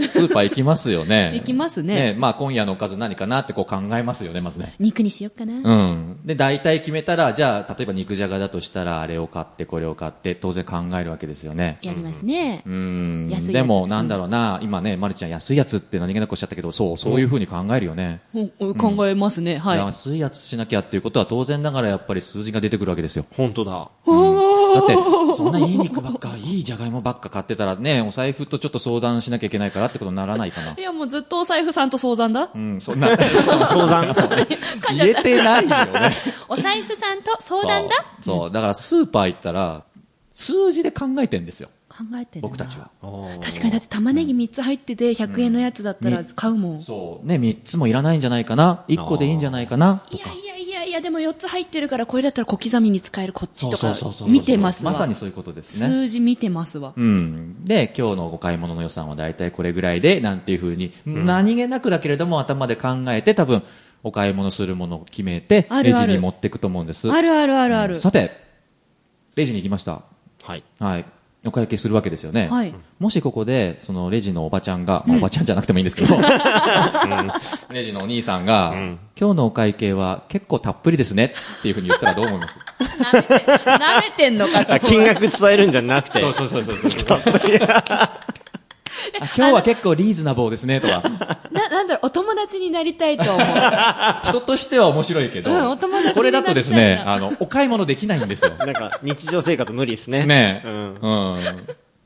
Speaker 1: スーパー行きますよね。
Speaker 2: 行きますね
Speaker 1: まあ今夜のおかず何かなってこう考えますよね、まずね。
Speaker 2: 肉にしよっかな。
Speaker 1: うん。で、大体決めたら、じゃあ、例えば肉じゃがだとしたら、あれを買って、これを買って、当然考えるわけですよね。
Speaker 2: やりますね。
Speaker 1: うん
Speaker 2: 安いやつ
Speaker 1: でも、なんだろうな、今ね、まるちゃん安いやつって何気なくおっしゃったけど、そう、そういうふうに考えるよね。
Speaker 2: うん考えますね。はい。あ
Speaker 1: 安いやつしなきゃっていうことは当然ながらやっぱり数字が出てくるわけですよ。
Speaker 3: 本当だ。
Speaker 1: だって、そんないい肉ばっか、いいじゃがいもばっか買ってたらね、お財布とちょっと相談しなきゃいけないからってことにならないか
Speaker 2: 。
Speaker 1: ない
Speaker 2: や、もうずっとお財布さんと相談だ
Speaker 1: う。ん、そんな、
Speaker 3: 相談。
Speaker 1: 言えてないよね。
Speaker 2: お財布さんと相談だ
Speaker 1: そうそう、だからスーパー行ったら、数字で考えてんですよ、
Speaker 2: 考えてるな
Speaker 1: 僕たちは。。
Speaker 2: 確かにだって玉ねぎ3つ入ってて100円のやつだったら買うもん。
Speaker 1: そう。ね、3つもいらないんじゃないかな ?1 個でいいんじゃないかない
Speaker 2: やいやいやいや、でも4つ入ってるからこれだったら小刻みに使えるこっちと
Speaker 1: そう
Speaker 2: か
Speaker 1: そうそうそう
Speaker 2: 見てますわ。
Speaker 1: まさにそういうことですね。
Speaker 2: 数字見てますわ。
Speaker 1: うん。で、今日のお買い物の予算は大体これぐらいで、なんていうふうに、何気なくだけれども頭で考えて、多分、お買い物するものを決めて、
Speaker 2: あ
Speaker 1: レ
Speaker 2: るあ
Speaker 1: ジ
Speaker 2: る
Speaker 1: に持っていくと思うんです。
Speaker 2: あるあるあるあ
Speaker 1: うん
Speaker 2: る。
Speaker 1: さて、レジに行きました。
Speaker 3: はい。
Speaker 1: はい。お会計するわけですよね。
Speaker 2: はい
Speaker 1: もしここで、そのレジのおばちゃんが、まあおばちゃんじゃなくてもいいんですけ ど、レジのお兄さんが、
Speaker 3: うん
Speaker 1: 今日のお会計は結構たっぷりですねっていうふうに言ったらどう思います
Speaker 2: 舐めてんのか と
Speaker 3: あ金額伝えるんじゃなくて。
Speaker 1: そうそうそう そう。あ今日は結構リーズナボーですね とか、
Speaker 2: な、なんだろう、お友達になりたいと思う。
Speaker 1: 人としては面白いけ ど、
Speaker 2: うんお友達になりたいな
Speaker 1: これだとですね、あの、お買い物できないんですよ。
Speaker 3: なんか、日常生活無理です ね。
Speaker 1: ねえ。
Speaker 3: う
Speaker 1: うん
Speaker 3: ん。。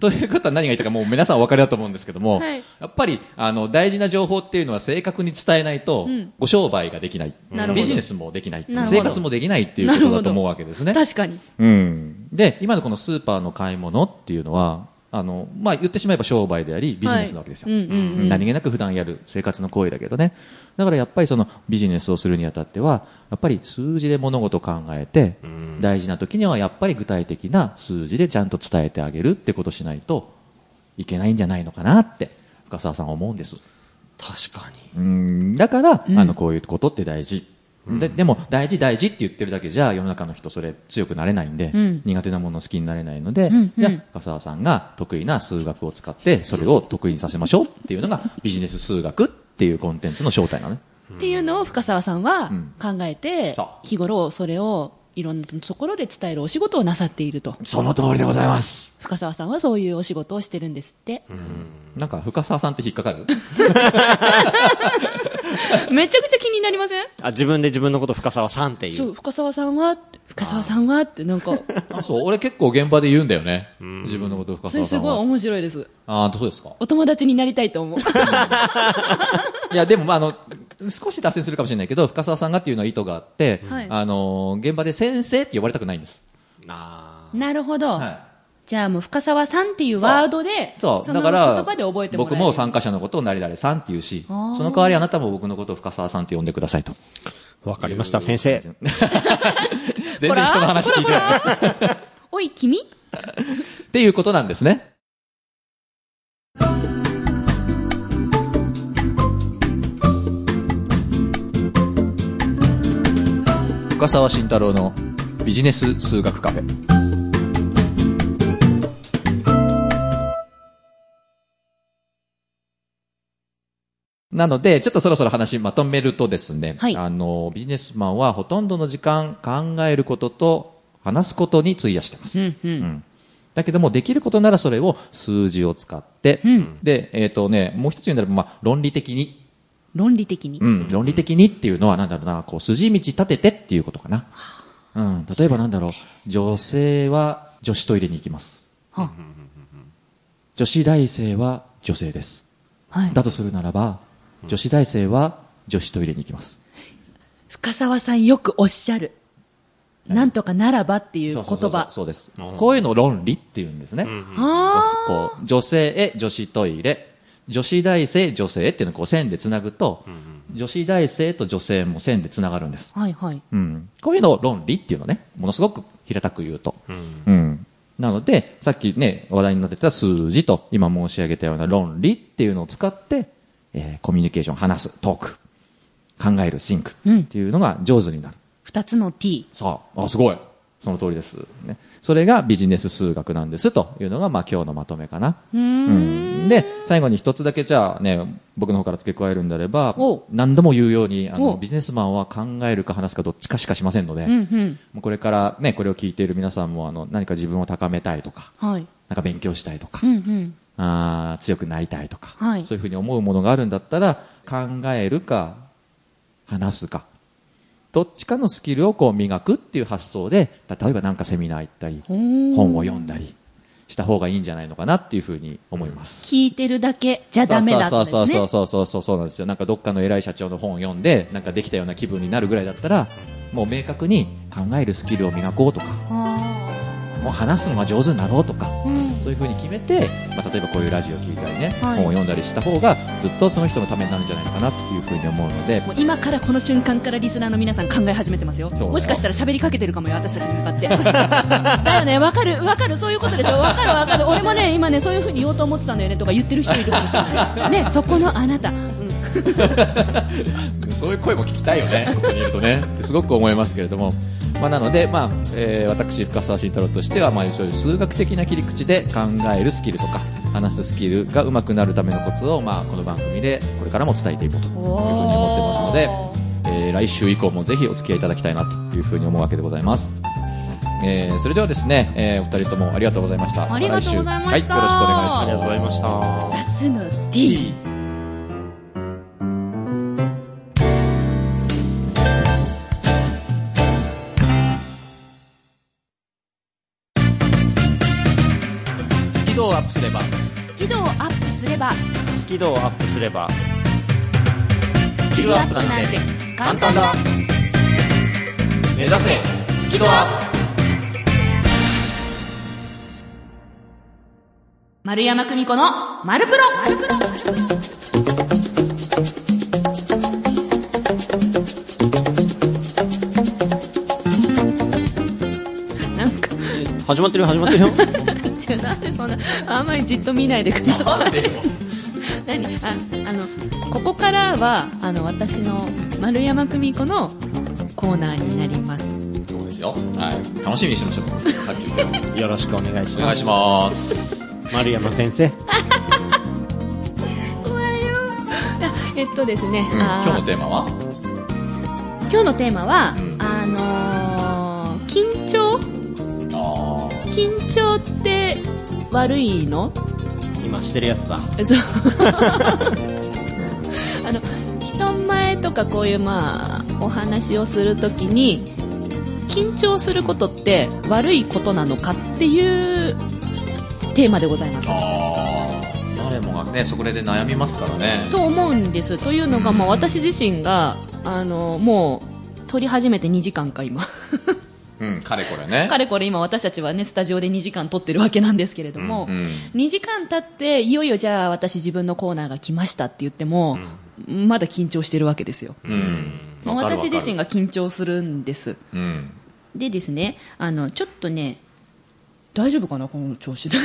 Speaker 1: ということは何が言ったかもう皆さんお分かりだと思うんですけども、
Speaker 2: はい
Speaker 1: やっぱり、あの、大事な情報っていうのは正確に伝えないと、
Speaker 2: ん
Speaker 1: ご商売ができない
Speaker 2: なるほど
Speaker 1: ビジネスもできない
Speaker 2: なる。ほど
Speaker 1: 生活もできないっていうことだと思うわけですね。
Speaker 2: 確かに。
Speaker 1: うん。で、今のこのスーパーの買い物っていうのは、あの、まあ、言ってしまえば商売であり、ビジネスなわけですよ。
Speaker 2: はいうんうんうん
Speaker 1: 何気なく普段やる生活の行為だけどね。だからやっぱりそのビジネスをするにあたっては、やっぱり数字で物事を考えて、大事な時にはやっぱり具体的な数字でちゃんと伝えてあげるってことしないといけないんじゃないのかなって、深澤さんは思うんです。
Speaker 3: 確か
Speaker 1: う
Speaker 3: に。
Speaker 1: んだから、あのこういうことって大事、ででも大事大事って言ってるだけじゃ世の中の人それ強くなれないんで、
Speaker 2: うん
Speaker 1: 苦手なもの好きになれないので、
Speaker 2: んうん
Speaker 1: じゃあ深澤さんが得意な数学を使ってそれを得意にさせましょうっていうのがビジネス数学っていうコンテンツの正体なのね
Speaker 2: っていうのを深澤さんは
Speaker 1: うん
Speaker 2: 考えて
Speaker 1: そう、
Speaker 2: 日頃それをいろんなところで伝えるお仕事をなさっていると。
Speaker 1: その通りでございます
Speaker 2: 深澤さんはそういうお仕事をしてるんですって。
Speaker 1: なんか深澤さんって引っかかる
Speaker 2: めちゃくちゃ気になりません
Speaker 3: あ、自分で自分のこと深沢さんってい。
Speaker 2: そうう、深澤さんは、深澤さんはってな んか、
Speaker 1: あそう俺結構現場で言うんだよね自分のこと深
Speaker 2: それ
Speaker 1: 澤さ
Speaker 2: す
Speaker 1: ん
Speaker 2: ごい
Speaker 1: は
Speaker 2: 面白いです。
Speaker 1: ああそうですか
Speaker 2: お友達になりたいと思う。
Speaker 1: いや、でも、まあ、あの、少し脱線するかもしれないけど、深澤さんがっていうのは意図があって、
Speaker 2: はい
Speaker 1: あの、現場で先生って呼ばれたくないんです。
Speaker 3: あ
Speaker 2: なるほど。
Speaker 1: は
Speaker 2: じゃあもう深澤さんっていうワードで、
Speaker 1: い。そう、
Speaker 2: そ
Speaker 1: だ
Speaker 2: の
Speaker 1: か
Speaker 2: 言
Speaker 1: ら、
Speaker 2: 葉で覚えてもらえ
Speaker 1: 僕
Speaker 2: る。
Speaker 1: も参加者のことを誰々さんって言うし、そ
Speaker 2: あー
Speaker 1: の代わりあなたも僕のことを深澤さんって呼んでくださいと。
Speaker 3: あ。わかりました、先生。
Speaker 1: 全然人の話聞いてない。っ
Speaker 2: おい、君
Speaker 1: ていうことなんですね。深澤慎太郎のビジネス数学カフェ。なので、ちょっとそろそろ話まとめるとですね、
Speaker 2: はい
Speaker 1: あの、ビジネスマンはほとんどの時間考えることと話すことに費やしてます。
Speaker 2: うんうん。
Speaker 1: だけども、できることならそれを数字を使って、
Speaker 2: うん
Speaker 1: で、えっ、とね、もう一つ言うんだら、まあ、論理的に、
Speaker 2: 論理的に
Speaker 1: う。ん、論理的にっていうのは、なんだろうな、こう、筋道立ててっていうことかな。うん、例えばなんだろう、女性は女子トイレに行きます。
Speaker 2: は
Speaker 1: 女子大生は女性です。
Speaker 2: はい。
Speaker 1: だとするならば、女子大生は女子トイレに行きます。
Speaker 2: 深澤さんよくおっしゃる。なんとかならばっていう言
Speaker 1: そうそうそう
Speaker 2: 葉。
Speaker 1: そうです
Speaker 3: うん。
Speaker 1: こういうのを論理っていうんですね。
Speaker 2: あ
Speaker 1: こう女性へ女子トイレ、女子大生女性っていうのをこう線でつなぐと、女子大生と女性も線でつながるんです。
Speaker 2: あ。はいはい。
Speaker 1: うん。こういうのを論理っていうのね、ものすごく平たく言うと。
Speaker 3: うん。
Speaker 1: うん。なので、さっきね、話題になってた数字と、今申し上げたような論理っていうのを使って、えーコミュニケーション、話す、トーク、考える、シンクっていうのが上手になる。
Speaker 2: 二つの t。
Speaker 1: さあ、あ、すごい。その通りです。ね。それがビジネス数学なんですというのが、まあ、今日のまとめかな。
Speaker 2: うーん
Speaker 1: うんで、最後に一つだけじゃあね、僕の方から付け加えるんであれば
Speaker 2: お、
Speaker 1: 何度も言うように、あの、
Speaker 2: お
Speaker 1: ビジネスマンは考えるか話すかどっちかしかしませんので、
Speaker 2: うんうん
Speaker 1: もうこれからね、これを聞いている皆さんも、あの、何か自分を高めたいとか、
Speaker 2: はい
Speaker 1: なんか勉強したいとか
Speaker 2: う、んうん
Speaker 1: あー強くなりたいとか、
Speaker 2: はい
Speaker 1: そういうふうに思うものがあるんだったら、考えるか、話すか、どっちかのスキルをこう磨くっていう発想で、例えばなんかセミナー行ったり、
Speaker 2: ー
Speaker 1: 本を読んだりした方がいいんじゃないのかなっていうふうに思います。
Speaker 2: 聞いてるだけじゃダメだったんです
Speaker 1: そうそう
Speaker 2: ね
Speaker 1: そうそうそうそうそうなんですよ。なんかどっかの偉い社長の本を読んで、なんかできたような気分になるぐらいだったら、もう明確に考えるスキルを磨こうとか、
Speaker 2: あ
Speaker 1: もう話すのが上手になろうとか、
Speaker 2: ーうん
Speaker 1: そういうふうに決めて、まあ、例えばこういうラジオ聞いたりね、
Speaker 2: は
Speaker 1: 本を
Speaker 2: い
Speaker 1: 読んだりした方がずっとその人のためになるんじゃないのかなっていうふうに思うので
Speaker 4: もう今からこの瞬間からリスナーの皆さん考え始めてますよ
Speaker 1: うだよ
Speaker 4: もしかしたら喋りかけてるかもよ私たちに向かって だよねわかるわかるそういうことでしょわかるわかる俺もね今ねそういうふうに言おうと思ってたんだよねとか言ってる人いるかもしれ ないねそこのあなた、うん
Speaker 1: そういう声も聞きたいよねここにいるとねってすごく思いますけれども、まあ、なので、まあえー私深澤慎太郎としては、まあ、そういう数学的な切り口で考えるスキルとか話すスキルが上手くなるためのコツを、まあ、この番組でこれからも伝えていこうというふうに思ってますので、えー来週以降もぜひお付き合いいただきたいなというふうに思うわけでございます。えーそれではですね、えーお二人ともありがとうございました。
Speaker 2: ありがとうございました
Speaker 1: 来週はい、よろしくお願いします。
Speaker 2: ありが
Speaker 3: とうございました。
Speaker 4: 夏の D
Speaker 1: スキルをアップすれば
Speaker 4: スキルをアップすれば
Speaker 3: スキルをアップすれば
Speaker 1: ス
Speaker 4: ス
Speaker 1: キ
Speaker 4: キルアップなんて簡単だ
Speaker 1: 目 指せスキルアップ
Speaker 4: 丸山久美子の丸プロ
Speaker 2: なんか
Speaker 3: 始まってるよ始まってるよ
Speaker 2: 違うなんでそんなあんまりじっと見ないでくださ い何ああのここからはあの私の丸山久美子のコーナーになります
Speaker 1: そうですよはい楽しみにしてましたもんさっきから
Speaker 3: よろしくお願いし
Speaker 1: お願
Speaker 3: ま
Speaker 1: い
Speaker 3: す
Speaker 1: します
Speaker 3: 丸山先生
Speaker 2: 怖いよあえっとですね、
Speaker 1: うん
Speaker 2: あ
Speaker 1: 今
Speaker 2: ー
Speaker 1: 日のテーマは
Speaker 2: 今日のテーマは、
Speaker 1: うん
Speaker 2: あのー緊張
Speaker 1: あー
Speaker 2: 緊張って悪いの
Speaker 3: 今してるやつだ
Speaker 2: そう あの人前とかこういうまあお話をするときに緊張することって悪いことなのかっていうテーマでございます
Speaker 1: あー誰もがねそこで悩みますからね
Speaker 2: と思うんですというのが、ま
Speaker 1: う
Speaker 2: あ、
Speaker 1: ん
Speaker 2: 私自身があのもう撮り始めて2時間か今
Speaker 1: うんかれこれね
Speaker 2: かれこれ今私たちはねスタジオで2時間撮ってるわけなんですけれども、
Speaker 1: うん
Speaker 2: 2時間経っていよいよじゃあ私自分のコーナーが来ましたって言っても、まだ緊張してるわけですよ
Speaker 1: うん
Speaker 3: わかるわか
Speaker 2: 私
Speaker 3: る
Speaker 2: 自身が緊張するんです
Speaker 1: うん
Speaker 2: でですねあのちょっとね大丈夫かなこの調子で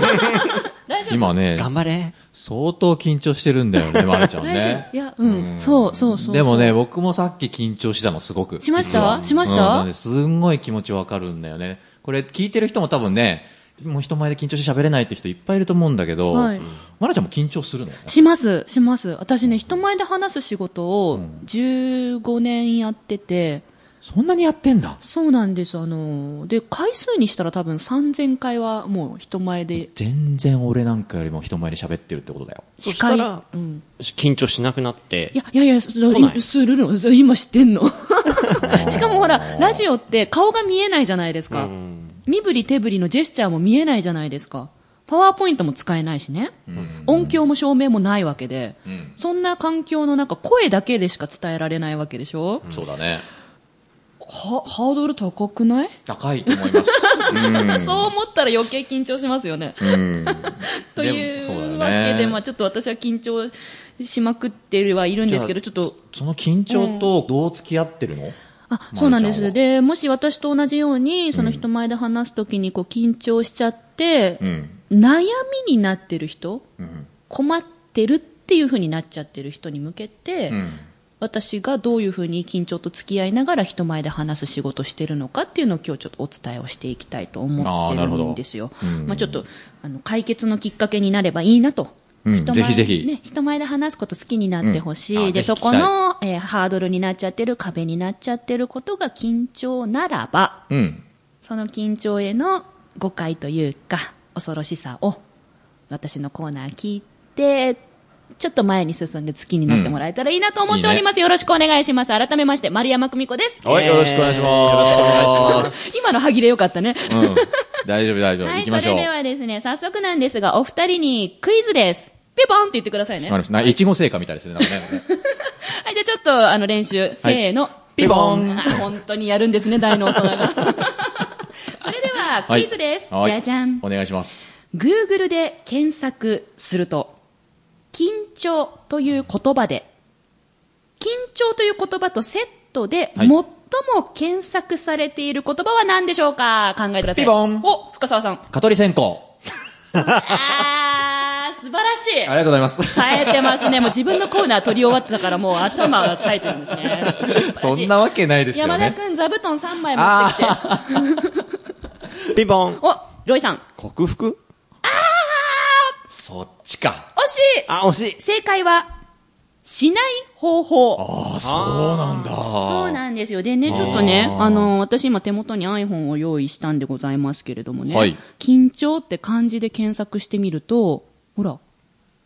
Speaker 2: 大丈夫
Speaker 1: 今ね
Speaker 3: 頑張れ
Speaker 1: 相当緊張してるんだ よねまるちゃんね
Speaker 2: 大丈夫いやうんそうそうそうそう
Speaker 1: でもね僕もさっき緊張したのすごく
Speaker 2: しました
Speaker 1: 実は
Speaker 2: しました
Speaker 1: うんなんですんごい気持ちわかるんだよねこれ聞いてる人も多分ねもう人前で緊張して喋れないって人いっぱいいると思うんだけど、
Speaker 2: は
Speaker 1: ま
Speaker 2: い
Speaker 1: なちゃんも緊張するの
Speaker 2: します、します。私ね、人前で話す仕事を15年やってて、
Speaker 1: そんなにやってんだ
Speaker 2: そうなんです。あの、で、回数にしたら多分3000回はもう人前で
Speaker 1: 全然俺なんかよりも人前で喋ってるってことだよ
Speaker 3: そ
Speaker 2: 司
Speaker 3: した
Speaker 2: 会。
Speaker 3: ら
Speaker 2: うん。
Speaker 3: 緊張しなくなって
Speaker 2: いや、いやいや、そ
Speaker 3: ない
Speaker 2: するの、そ今知ってんの。 しかもほら、ラジオって顔が見えないじゃないです
Speaker 3: う
Speaker 2: か。
Speaker 3: ん
Speaker 2: 身振り手振りのジェスチャーも見えないじゃないですか。パワーポイントも使えないしね。音響も照明もないわけで。
Speaker 1: うん
Speaker 2: そんな環境の中、声だけでしか伝えられないわけでしょ、
Speaker 1: そうだね
Speaker 2: は、ハードル高くない、
Speaker 1: 高いと思います
Speaker 2: そう思ったら余計緊張しますよね。
Speaker 1: うん、うん、
Speaker 2: とい
Speaker 1: で
Speaker 2: う
Speaker 1: もそう
Speaker 2: わ
Speaker 1: だよね
Speaker 2: けで、まあちょっと私は緊張しまくってはいるんですけど、ちょっと、
Speaker 1: その緊張とどう付き合ってるの、
Speaker 2: あ、そうなん
Speaker 1: ま
Speaker 2: で
Speaker 1: るちゃんは
Speaker 2: す。で、もし私と同じように、その人前で話すときにこう緊張しちゃって、
Speaker 1: ん
Speaker 2: 悩みになってる人、
Speaker 1: うん
Speaker 2: 困ってるっていう風になっちゃってる人に向けて、
Speaker 1: うん
Speaker 2: 私がどういうふうに緊張と付き合いながら人前で話す仕事してるのかっていうのを今日ちょっとお伝えをしていきたいと思
Speaker 1: あ
Speaker 2: っ
Speaker 1: ー
Speaker 2: て
Speaker 1: なるほ
Speaker 2: る
Speaker 1: ど
Speaker 2: んですよ。
Speaker 1: うん
Speaker 2: まあちょっとあの解決のきっかけになればいいなと。
Speaker 1: うん
Speaker 2: 人前
Speaker 1: ぜひぜひ
Speaker 2: ね、人前で話すこと好きになってほしい、
Speaker 1: うんあぜ
Speaker 2: で
Speaker 1: ひ聞
Speaker 2: そ
Speaker 1: き
Speaker 2: こ
Speaker 1: たい
Speaker 2: の、えーハードルになっちゃってる壁になっちゃってることが緊張ならば
Speaker 1: うん。
Speaker 2: その緊張への誤解というか恐ろしさを私のコーナー聞いてちょっと前に進んで好きになってもらえたらいいなと思っております、よろしくお願いします改めまして丸山久美子です
Speaker 1: はい、よろしくお願いします。よろしくお願いします。
Speaker 2: 今の歯切れよかった
Speaker 1: う
Speaker 2: ね、
Speaker 1: ん。大丈夫、大丈夫。
Speaker 2: は
Speaker 1: 行き
Speaker 2: いそ
Speaker 1: ま
Speaker 2: れ
Speaker 1: しょう。
Speaker 2: ではですね早速なんですがお二人にクイズですピポンって言ってくださいね
Speaker 1: わかりました。ないちご成果みたいですね、なんかね。
Speaker 2: はい、じゃあちょっとあの練習、せーの、ピボン。あ本当にやるんですね、大の大人 が。それでは、ク
Speaker 1: はい
Speaker 2: イズです。
Speaker 1: はい
Speaker 2: じゃじゃん。
Speaker 1: お願いします。
Speaker 2: Google で検索すると、緊張という言葉で、緊張という言葉とセットで、
Speaker 1: はい
Speaker 2: 最も検索されている言葉は何でしょうか考えてください。
Speaker 1: ピボン
Speaker 2: お、深澤さん。
Speaker 1: 蚊取り線香。
Speaker 2: あー、素晴らしい。
Speaker 1: ありがとうございます。
Speaker 2: 冴えてますね。もう自分のコーナー取り終わってたから、もう頭が冴えてるんですね。
Speaker 1: そんなわけないですよ
Speaker 2: 山田
Speaker 1: ね。
Speaker 2: くん、座布団3枚持ってきて。
Speaker 3: ピボン。
Speaker 2: お、ロイさん。惜
Speaker 3: 克服
Speaker 1: そっちか。
Speaker 2: しい
Speaker 3: あ、惜しい。
Speaker 2: 正解は、しない方法。
Speaker 1: ああ、そうなんだ。
Speaker 2: そうなんですよ。でね、ちょっとね、あの、私今手元に iPhone を用意したんでございますけれどもね。
Speaker 1: はい
Speaker 2: 緊張って漢字で検索してみると、ほら、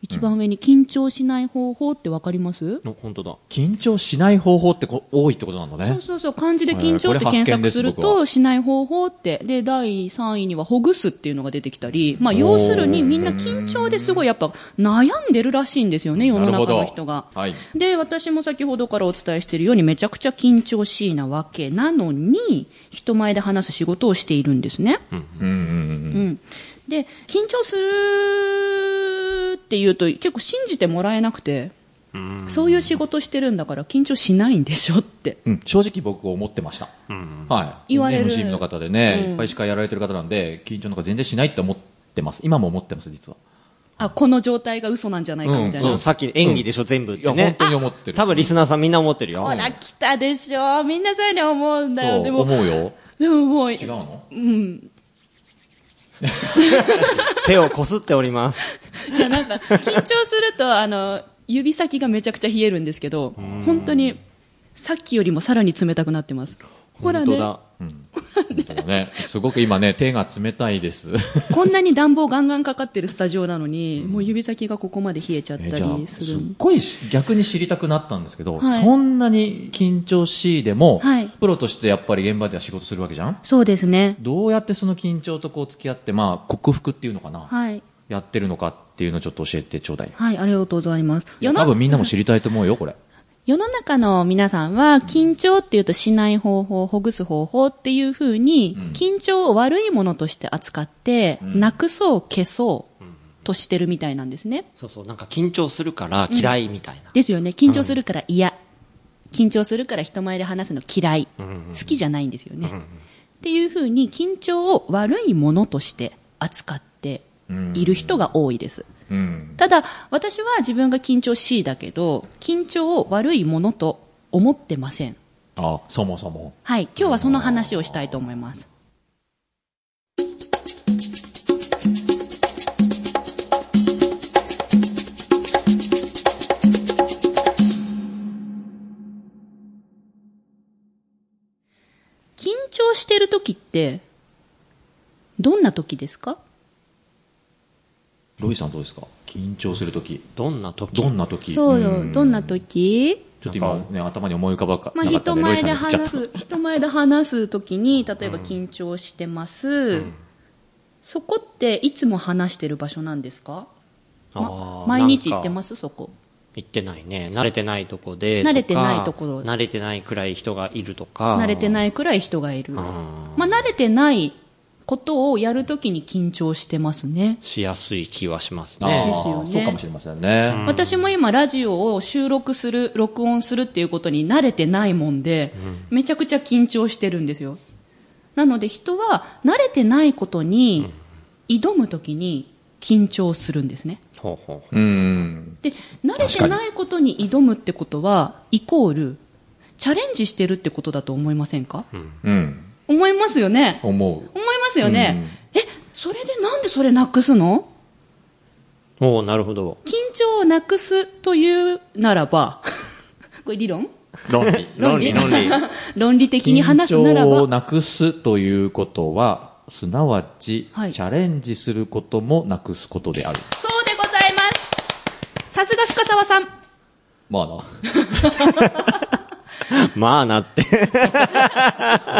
Speaker 2: 一番上に緊張しない方法ってわかります、
Speaker 3: の、本当だ。
Speaker 1: 緊張しない方法ってこ多いってことなんだ
Speaker 2: そ
Speaker 1: ね
Speaker 2: う。そうそう、漢字で
Speaker 1: え
Speaker 2: 緊張って
Speaker 1: ーこれ発見
Speaker 2: 検索する
Speaker 1: です僕
Speaker 2: と、しない方法って、で、第3位にはほぐすっていうのが出てきたり、まあ、要するにみんな緊張ですごいやっぱ悩んでるらしいんですよね、世の中の人が。
Speaker 1: はい。
Speaker 2: で、私も先ほどからお伝えしているようにめちゃくちゃ緊張しいなわけなのに、人前で話す仕事をしているんですね。
Speaker 1: うんうんうん。
Speaker 2: うん、で緊張するっていうと結構信じてもらえなくてそういう仕事してるんだから緊張しないんでしょって
Speaker 1: うん、正直僕思ってました。はい。
Speaker 2: 言われる
Speaker 1: MC の方でね、
Speaker 2: うん
Speaker 1: いっぱい司会やられてる方なんで、緊張なんか全然しないって思ってます。今も思ってます、実は。
Speaker 2: あこの状態が嘘なんじゃないかみたいな、
Speaker 3: そう、さっき演技でしょ、全部っ
Speaker 1: いや、
Speaker 3: てね。
Speaker 1: 本当に思ってる。
Speaker 3: 多分リスナーさんみんな思ってるよ。
Speaker 2: ほら来たでしょみんなそういうの思うんだ
Speaker 1: そ
Speaker 2: よ
Speaker 1: う
Speaker 2: でも
Speaker 1: 思う よ。
Speaker 2: でももう
Speaker 1: 違うの
Speaker 3: 手をこすっております。
Speaker 2: いやなんか緊張するとあの指先がめちゃくちゃ冷えるんですけど本当にさっきよりもさらに冷たくなってますほら
Speaker 3: 本
Speaker 2: ね
Speaker 3: 当だ。
Speaker 1: 本当だね。すごく今ね、手が冷たいです。
Speaker 2: こんなに暖房ガンガンかかってるスタジオなのに、もう指先がここまで冷えちゃった
Speaker 1: えじゃあ
Speaker 2: りす
Speaker 1: すっ
Speaker 2: る
Speaker 1: ごいし逆に知りたくなったんですけど、
Speaker 2: はい
Speaker 1: そんなに緊張しいでも、
Speaker 2: はい
Speaker 1: プロとしてやっぱり現場では仕事するわけじゃん
Speaker 2: そうですね
Speaker 1: どうやってその緊張とこう付き合って、まあ、克服っていうのかな、
Speaker 2: はい
Speaker 1: やってるのかっていうのをちょっと教えてちょうだいよ
Speaker 2: はいありがとうございます
Speaker 1: いや多分みんなも知りたいと思うよ、これ。
Speaker 2: 世の中の皆さんは、緊張っていうとしない方法、ほぐす方法っていうふうに、緊張を悪いものとして扱って、なくそう、消そうとしてるみたいなんですね。
Speaker 3: そうそう、なんか緊張するから嫌いみたいな。
Speaker 2: ですよね。緊張するから嫌。緊張するから人前で話すの嫌い。好きじゃないんですよね。っていうふうに、緊張を悪いものとして扱っている人が多いです。
Speaker 1: うん。
Speaker 2: ただ、私は自分が緊張しいだけど、緊張を悪いものと思ってません。
Speaker 1: あ、そもそも。
Speaker 2: はい、今日はその話をしたいと思います。緊張してる時って、どんな時ですか
Speaker 1: ロイさんどうですか緊張するとき。
Speaker 3: どんな時
Speaker 1: どんなとき
Speaker 2: そうよ、どんな時
Speaker 1: ちょっと今ね、頭に思い浮かばか
Speaker 2: まあ、
Speaker 1: なかったん
Speaker 2: 人
Speaker 1: で、ロイさん
Speaker 2: 前で
Speaker 1: に振っちゃっ
Speaker 2: 話
Speaker 1: た。
Speaker 2: す、人前で話すときに、例えば緊張してます、そこっていつも話してる場所なんですかま毎日行ってますすそこ。
Speaker 3: 行ってないね。慣れてないとこで。
Speaker 2: 慣れて
Speaker 3: とか
Speaker 2: ないところ
Speaker 3: 慣れてないくらい人がいるとか。
Speaker 2: 慣れて
Speaker 3: い。
Speaker 2: ないくらい人がいる。
Speaker 3: あ
Speaker 2: まあ、慣れてないことをやるときに緊張してますね。
Speaker 3: しやすい気はします
Speaker 1: あ
Speaker 3: ね。
Speaker 2: ですよ
Speaker 1: あ、
Speaker 2: ね
Speaker 1: そうかもしれませんね。
Speaker 2: 私も今ラジオを収録する、録音するっていうことに慣れてないもんで、めちゃくちゃ緊張してるんですよ。なので人は慣れてないことに挑むときに緊張するんですね。
Speaker 3: ほうほう
Speaker 1: うん。
Speaker 2: で、慣れてないことに挑むってことは、イコール、チャレンジしてるってことだと思いませんか
Speaker 1: うん。
Speaker 2: 思いますよね
Speaker 1: 思
Speaker 2: 思いますよね、え、それでなんでそれなくすの
Speaker 3: ほう。おーなるほど。
Speaker 2: 緊張をなくすというならば、 これ理 論
Speaker 1: う。論理。
Speaker 3: 論理、論理。
Speaker 2: 論理的に話すなら
Speaker 1: 緊張を
Speaker 2: ば、
Speaker 1: なくすということは、すなわち、
Speaker 2: はい
Speaker 1: チャレンジすることもなくすことである。
Speaker 2: そうでございますさすが深澤さん
Speaker 1: まあ
Speaker 3: まあなって。
Speaker 1: な。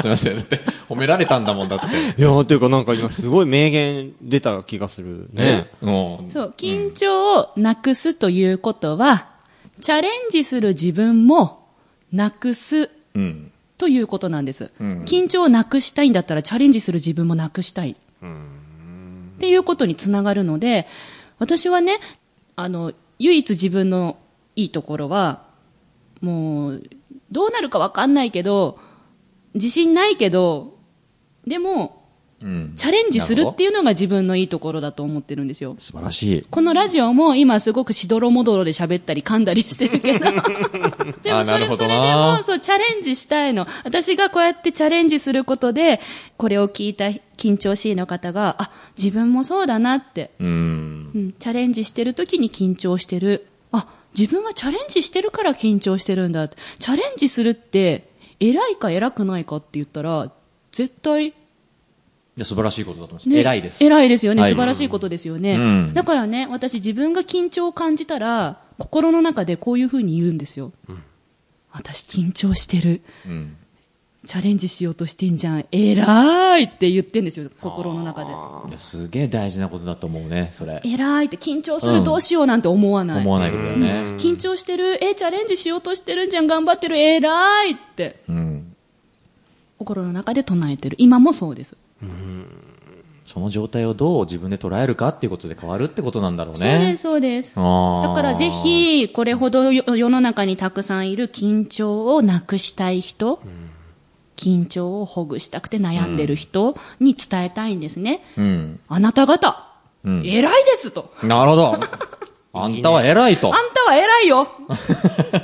Speaker 1: すみません。だって、褒められたんだもんだって。
Speaker 3: いやー、というかなんか今すごい名言出た気がする ね。
Speaker 1: うん。
Speaker 2: そう、緊張をなくすということは、チャレンジする自分もなくす
Speaker 1: うん。
Speaker 2: ということなんです、
Speaker 1: うん
Speaker 2: 緊張をなくしたいんだったらチャレンジする自分もなくしたい。っていうことにつながるので、私はね、あの、唯一自分のいいところは、もう、どうなるかわかんないけど、自信ないけど、でも、
Speaker 1: うん。
Speaker 2: チャレンジするって
Speaker 1: いう。
Speaker 2: いうのが自分のいいところだと思ってるんですよ。
Speaker 1: 素晴らしい。
Speaker 2: このラジオも今すごくしどろもどろで喋ったり噛んだりしてる けど。で
Speaker 1: あな
Speaker 2: もそ
Speaker 1: る
Speaker 2: れ、
Speaker 1: ほ
Speaker 2: そ
Speaker 1: ど
Speaker 2: れ
Speaker 1: な
Speaker 2: でも、そう、チャレンジしたいの。私がこうやってチャレンジすることで、これを聞いた緊張しいの方が、あ、自分もそうだなって。
Speaker 1: うん。
Speaker 2: うん、チャレンジしてる時に緊張してる。あ、自分はチャレンジしてるから緊張してるんだって。チャレンジするって、偉いか偉くないかって言ったら、絶対
Speaker 1: いや素晴らしいことだと思います。
Speaker 2: ね
Speaker 1: 偉いです。
Speaker 2: 偉いですよね。
Speaker 1: はい
Speaker 2: 素晴らしいことですよね。
Speaker 1: うん
Speaker 2: だからね、私自分が緊張を感じたら、心の中でこういうふうに言うんですよ。私緊張してる。
Speaker 1: うん。
Speaker 2: チャレンジしようとしてんじゃん。偉いって言ってんですよ、心の中で。
Speaker 1: いやすげえ大事なことだと思うね、それ。
Speaker 2: 偉いって緊張する、
Speaker 1: うん
Speaker 2: どうしようなんて思わない。
Speaker 1: 思わないことだよね。
Speaker 2: 緊張してる、え、チャレンジしようとしてるじゃん、頑張ってる、偉いって。
Speaker 1: うん。
Speaker 2: 心の中で唱えてる。今もそうです。
Speaker 1: その状態をどう自分で捉えるかっていうことで変わるってことなんだろう
Speaker 2: そうで
Speaker 1: ね
Speaker 2: す、。そうです。
Speaker 1: あー
Speaker 2: だからぜ。ひ、これほどよ世の中にたくさんいる緊張をなくしたい人、緊張をほぐしたくて悩んでる人に伝えたいんですね。
Speaker 1: うん。
Speaker 2: あなた方、
Speaker 1: うん
Speaker 2: 偉いですと。
Speaker 1: なるほ ど。あんたは偉いと
Speaker 2: あ。んたは偉いよ。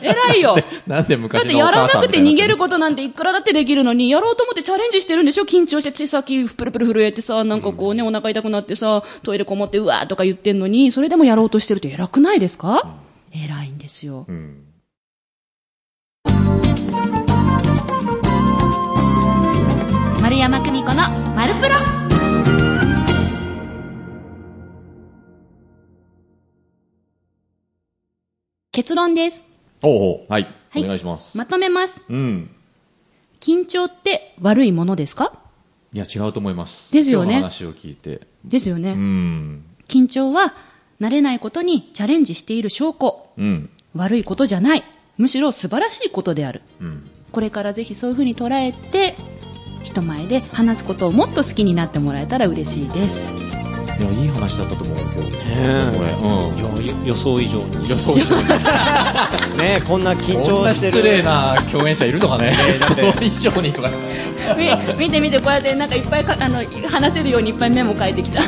Speaker 2: 偉いよ。
Speaker 1: なんで
Speaker 2: だっ
Speaker 1: 昔
Speaker 2: て
Speaker 1: のお
Speaker 2: やら
Speaker 1: 母
Speaker 2: な
Speaker 1: さん
Speaker 2: く
Speaker 1: みた
Speaker 2: て
Speaker 1: いにな
Speaker 2: 逃
Speaker 1: っ
Speaker 2: げ
Speaker 1: て
Speaker 2: る
Speaker 1: る
Speaker 2: ことなんていくらだってできるのに、やろうと思ってチャレンジしてるんでしょ緊張して手先プルプル震えてさ、なんかこうね、お腹痛くなってさ、トイレこもってうわーとか言ってんのに、それでもやろうとしてるって偉くないですか偉いんですよ。
Speaker 1: うん
Speaker 4: 丸山久美子の丸プロ
Speaker 2: 結論です。
Speaker 1: おうおうはい。
Speaker 2: は
Speaker 1: お
Speaker 2: い
Speaker 1: 願いします。
Speaker 2: まとめます。
Speaker 1: うん。
Speaker 2: 緊張って悪いものですか
Speaker 1: いや、違うと思います。
Speaker 2: ですよね
Speaker 1: 今日の話を聞いて。
Speaker 2: ですよね、
Speaker 1: うん。
Speaker 2: 緊張は慣れないことにチャレンジしている証拠。
Speaker 1: うん。
Speaker 2: 悪いことじゃない。むしろ素晴らしいことである。
Speaker 1: うん。
Speaker 2: これからぜひそういうふうに捉えて、人前で話すことをもっと好きになってもらえたら嬉しいです。
Speaker 1: いや、いい話だったと思う、今日。これ。
Speaker 3: ね
Speaker 1: う
Speaker 3: えいや予想以上に。
Speaker 1: ん。予想以上に。
Speaker 3: ねえ、こんな緊
Speaker 1: こん
Speaker 3: 張
Speaker 1: な
Speaker 3: して
Speaker 1: 失
Speaker 3: る。
Speaker 1: 礼な共演者いるのかね。
Speaker 3: だっ て
Speaker 1: 予想以上にとか。
Speaker 2: み見て見て、こうやってなんかいっぱいかあの話せるようにいっぱいメモ書いてきた。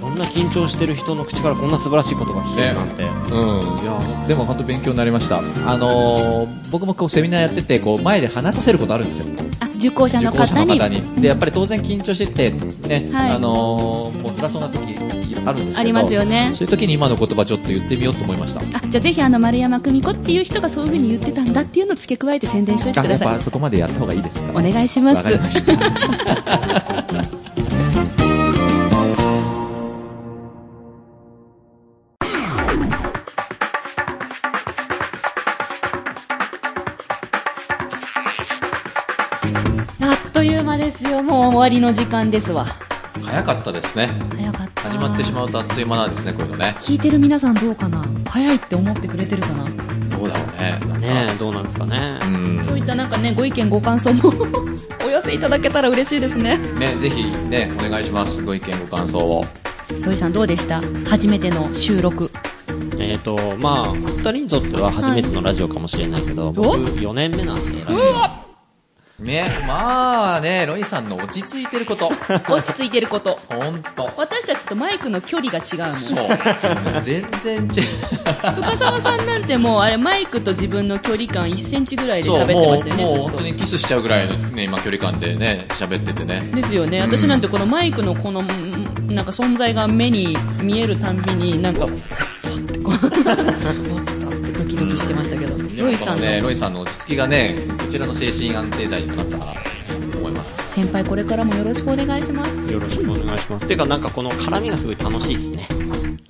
Speaker 3: こんな緊張してる人の口からこんな素晴らしいことが聞けるなんて。
Speaker 1: うん、いやでも本当勉強になりました、あのー僕もこうセミナーやっててこう前で話させることあるんですよ、
Speaker 2: あ、受講者
Speaker 1: 受
Speaker 2: の
Speaker 1: 講者
Speaker 2: 方
Speaker 1: の
Speaker 2: に
Speaker 1: 方。にでやっぱり当然緊張してて、ね
Speaker 2: はい
Speaker 1: あのーもう辛そうな時あるんですけど
Speaker 2: ありますよね
Speaker 1: そういう時に今の言葉ちょっと言ってみようと思いました
Speaker 2: あじゃあぜひあの丸山久美子っていう人がそういうふうに言ってたんだっていうのを付け加えて宣伝しておいて
Speaker 1: あ
Speaker 2: く
Speaker 1: や
Speaker 2: だ
Speaker 1: っ
Speaker 2: さい
Speaker 1: ぱそこまでやった方がいいですか
Speaker 2: お願いしま
Speaker 1: わかり
Speaker 2: す
Speaker 1: ました
Speaker 2: あっという間ですよもう終わりの時間ですわ
Speaker 1: 早かったですね
Speaker 2: 早かった
Speaker 1: 始まってしまうとあっという間なんですねこういうのね
Speaker 2: 聞いてる皆さんどうかな早いって思ってくれてるかな、
Speaker 1: どうだろうね
Speaker 3: ねえ、どうなんですかね
Speaker 1: う。ん
Speaker 2: そういったなんかねご意見ご感想も お寄せいただけたら嬉しいですね
Speaker 1: ねぜひねお願いしますご意見ご感想を
Speaker 2: ロイさんどうでした初めての収録
Speaker 3: えっ、と、まあ、お二人にとっては初めてのラジオかもしれないけど、
Speaker 2: お
Speaker 3: 僕4年目なんで、ラジオ。
Speaker 1: ね、まあね、ロイさんの落ち着いてること。
Speaker 2: 落ち着いてること。
Speaker 1: ほんと。
Speaker 2: 私たちとマイクの距離が違うもん。
Speaker 1: そう。全然違う。
Speaker 2: 深澤さんなんてもう、あれ、マイクと自分の距離感1センチぐらいで
Speaker 1: そ
Speaker 2: 喋
Speaker 1: う、
Speaker 2: ってま
Speaker 1: も
Speaker 2: した
Speaker 1: う、
Speaker 2: よ
Speaker 1: もう
Speaker 2: ね、
Speaker 1: 本当
Speaker 2: ずっ
Speaker 1: にキスしちゃうぐらいのね、今距離感でね、喋っててね。
Speaker 2: と。ですよね。
Speaker 1: うん
Speaker 2: 私なんてこのマイクのこの、んなんか存在が目に見えるたんび に、なんか、ふわっとってこう、ふわっとってドキドキしてましたけど、ロイさん
Speaker 1: でもね、
Speaker 2: の
Speaker 1: ロイさんの落ち着きがね、こちらの精神安定剤にもなったかなと思います。
Speaker 2: 先輩これからもよろしくお願いします。
Speaker 3: よろしくお願いします。てか、なんかこの絡みがすごい楽しいですね。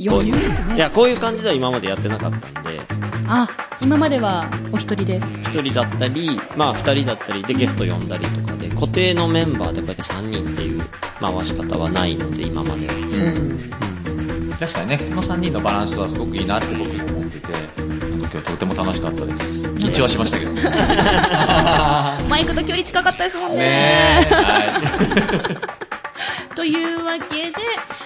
Speaker 3: こう
Speaker 2: 余
Speaker 3: い
Speaker 2: 裕です
Speaker 3: う、い
Speaker 2: ね。
Speaker 3: や、こういう感じでは今までやってなかったんで、
Speaker 2: あ、今まではお一人で。
Speaker 3: 一人だったり、まあ二人だったりでゲスト呼んだりとかで、固定のメンバーでこうやって三人っていう回し方はないので、今までは。
Speaker 1: 確かにね、この3人のバランスはすごくいいなって僕も思ってて、なんか今日とても楽しかったです。緊張はしま したけど。ね
Speaker 2: マイクと距離近かったですもん
Speaker 1: え。はい。
Speaker 2: というわけで、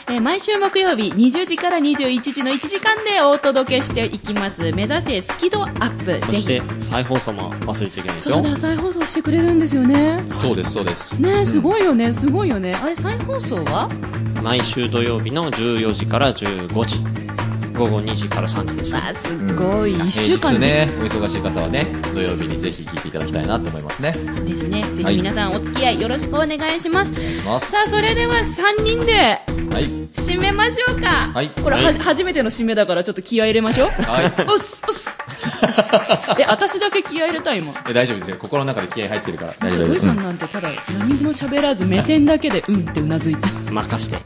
Speaker 2: えー毎週木曜日20時から21時の1時間でお届けしていきます。目指せスキドアップ。
Speaker 3: そ
Speaker 2: ぜ
Speaker 3: し
Speaker 2: ひ。
Speaker 3: て、再放送も忘れちゃいけないです
Speaker 2: そ
Speaker 3: よ
Speaker 2: う。だ、再放送してくれるんですよね。
Speaker 1: そうです、そうです。
Speaker 2: ねえすごいよね、すごいよね。あれ、再放送は
Speaker 3: 毎週土曜日の14時から15時。午後2時から3時ですね。
Speaker 2: あ、すごい。1週間
Speaker 1: 平
Speaker 2: で
Speaker 1: 日ね、お忙しい方はね、土曜日にぜひ聞いていただきたいなと思いますね。お
Speaker 2: ですね。ぜ
Speaker 1: はい
Speaker 2: ひ皆さんお付き合いよろしくお願いします。
Speaker 1: 願いします。
Speaker 2: さあ、それでは3人で
Speaker 1: はい。
Speaker 2: 締めましょうか。
Speaker 1: はい
Speaker 2: これは、
Speaker 3: はい
Speaker 2: 初めての締めだからちょっと気合い入れましょう。
Speaker 1: は
Speaker 2: うっす、うっ す。え、私だけ気合い入れた今。
Speaker 1: い。大丈夫ですよ。心の中で気合入ってるから。大丈夫
Speaker 2: ロ
Speaker 1: で
Speaker 2: イ
Speaker 1: す。
Speaker 2: さんなんてただ何も喋らず目線だけでうんってうなずいた
Speaker 3: 任して。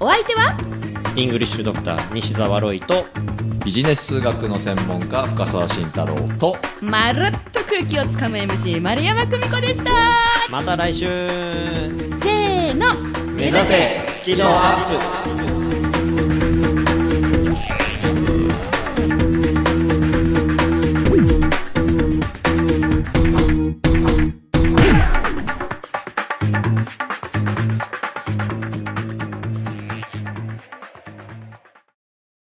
Speaker 2: お相手は
Speaker 3: イングリッシュドクター西澤ロイと、
Speaker 1: ビジネス数学の専門家、深澤慎太郎と、
Speaker 2: まるっと空気をつかむ MC 丸山久美子でした
Speaker 3: また来週
Speaker 2: せーの
Speaker 3: 目指せスキルアップ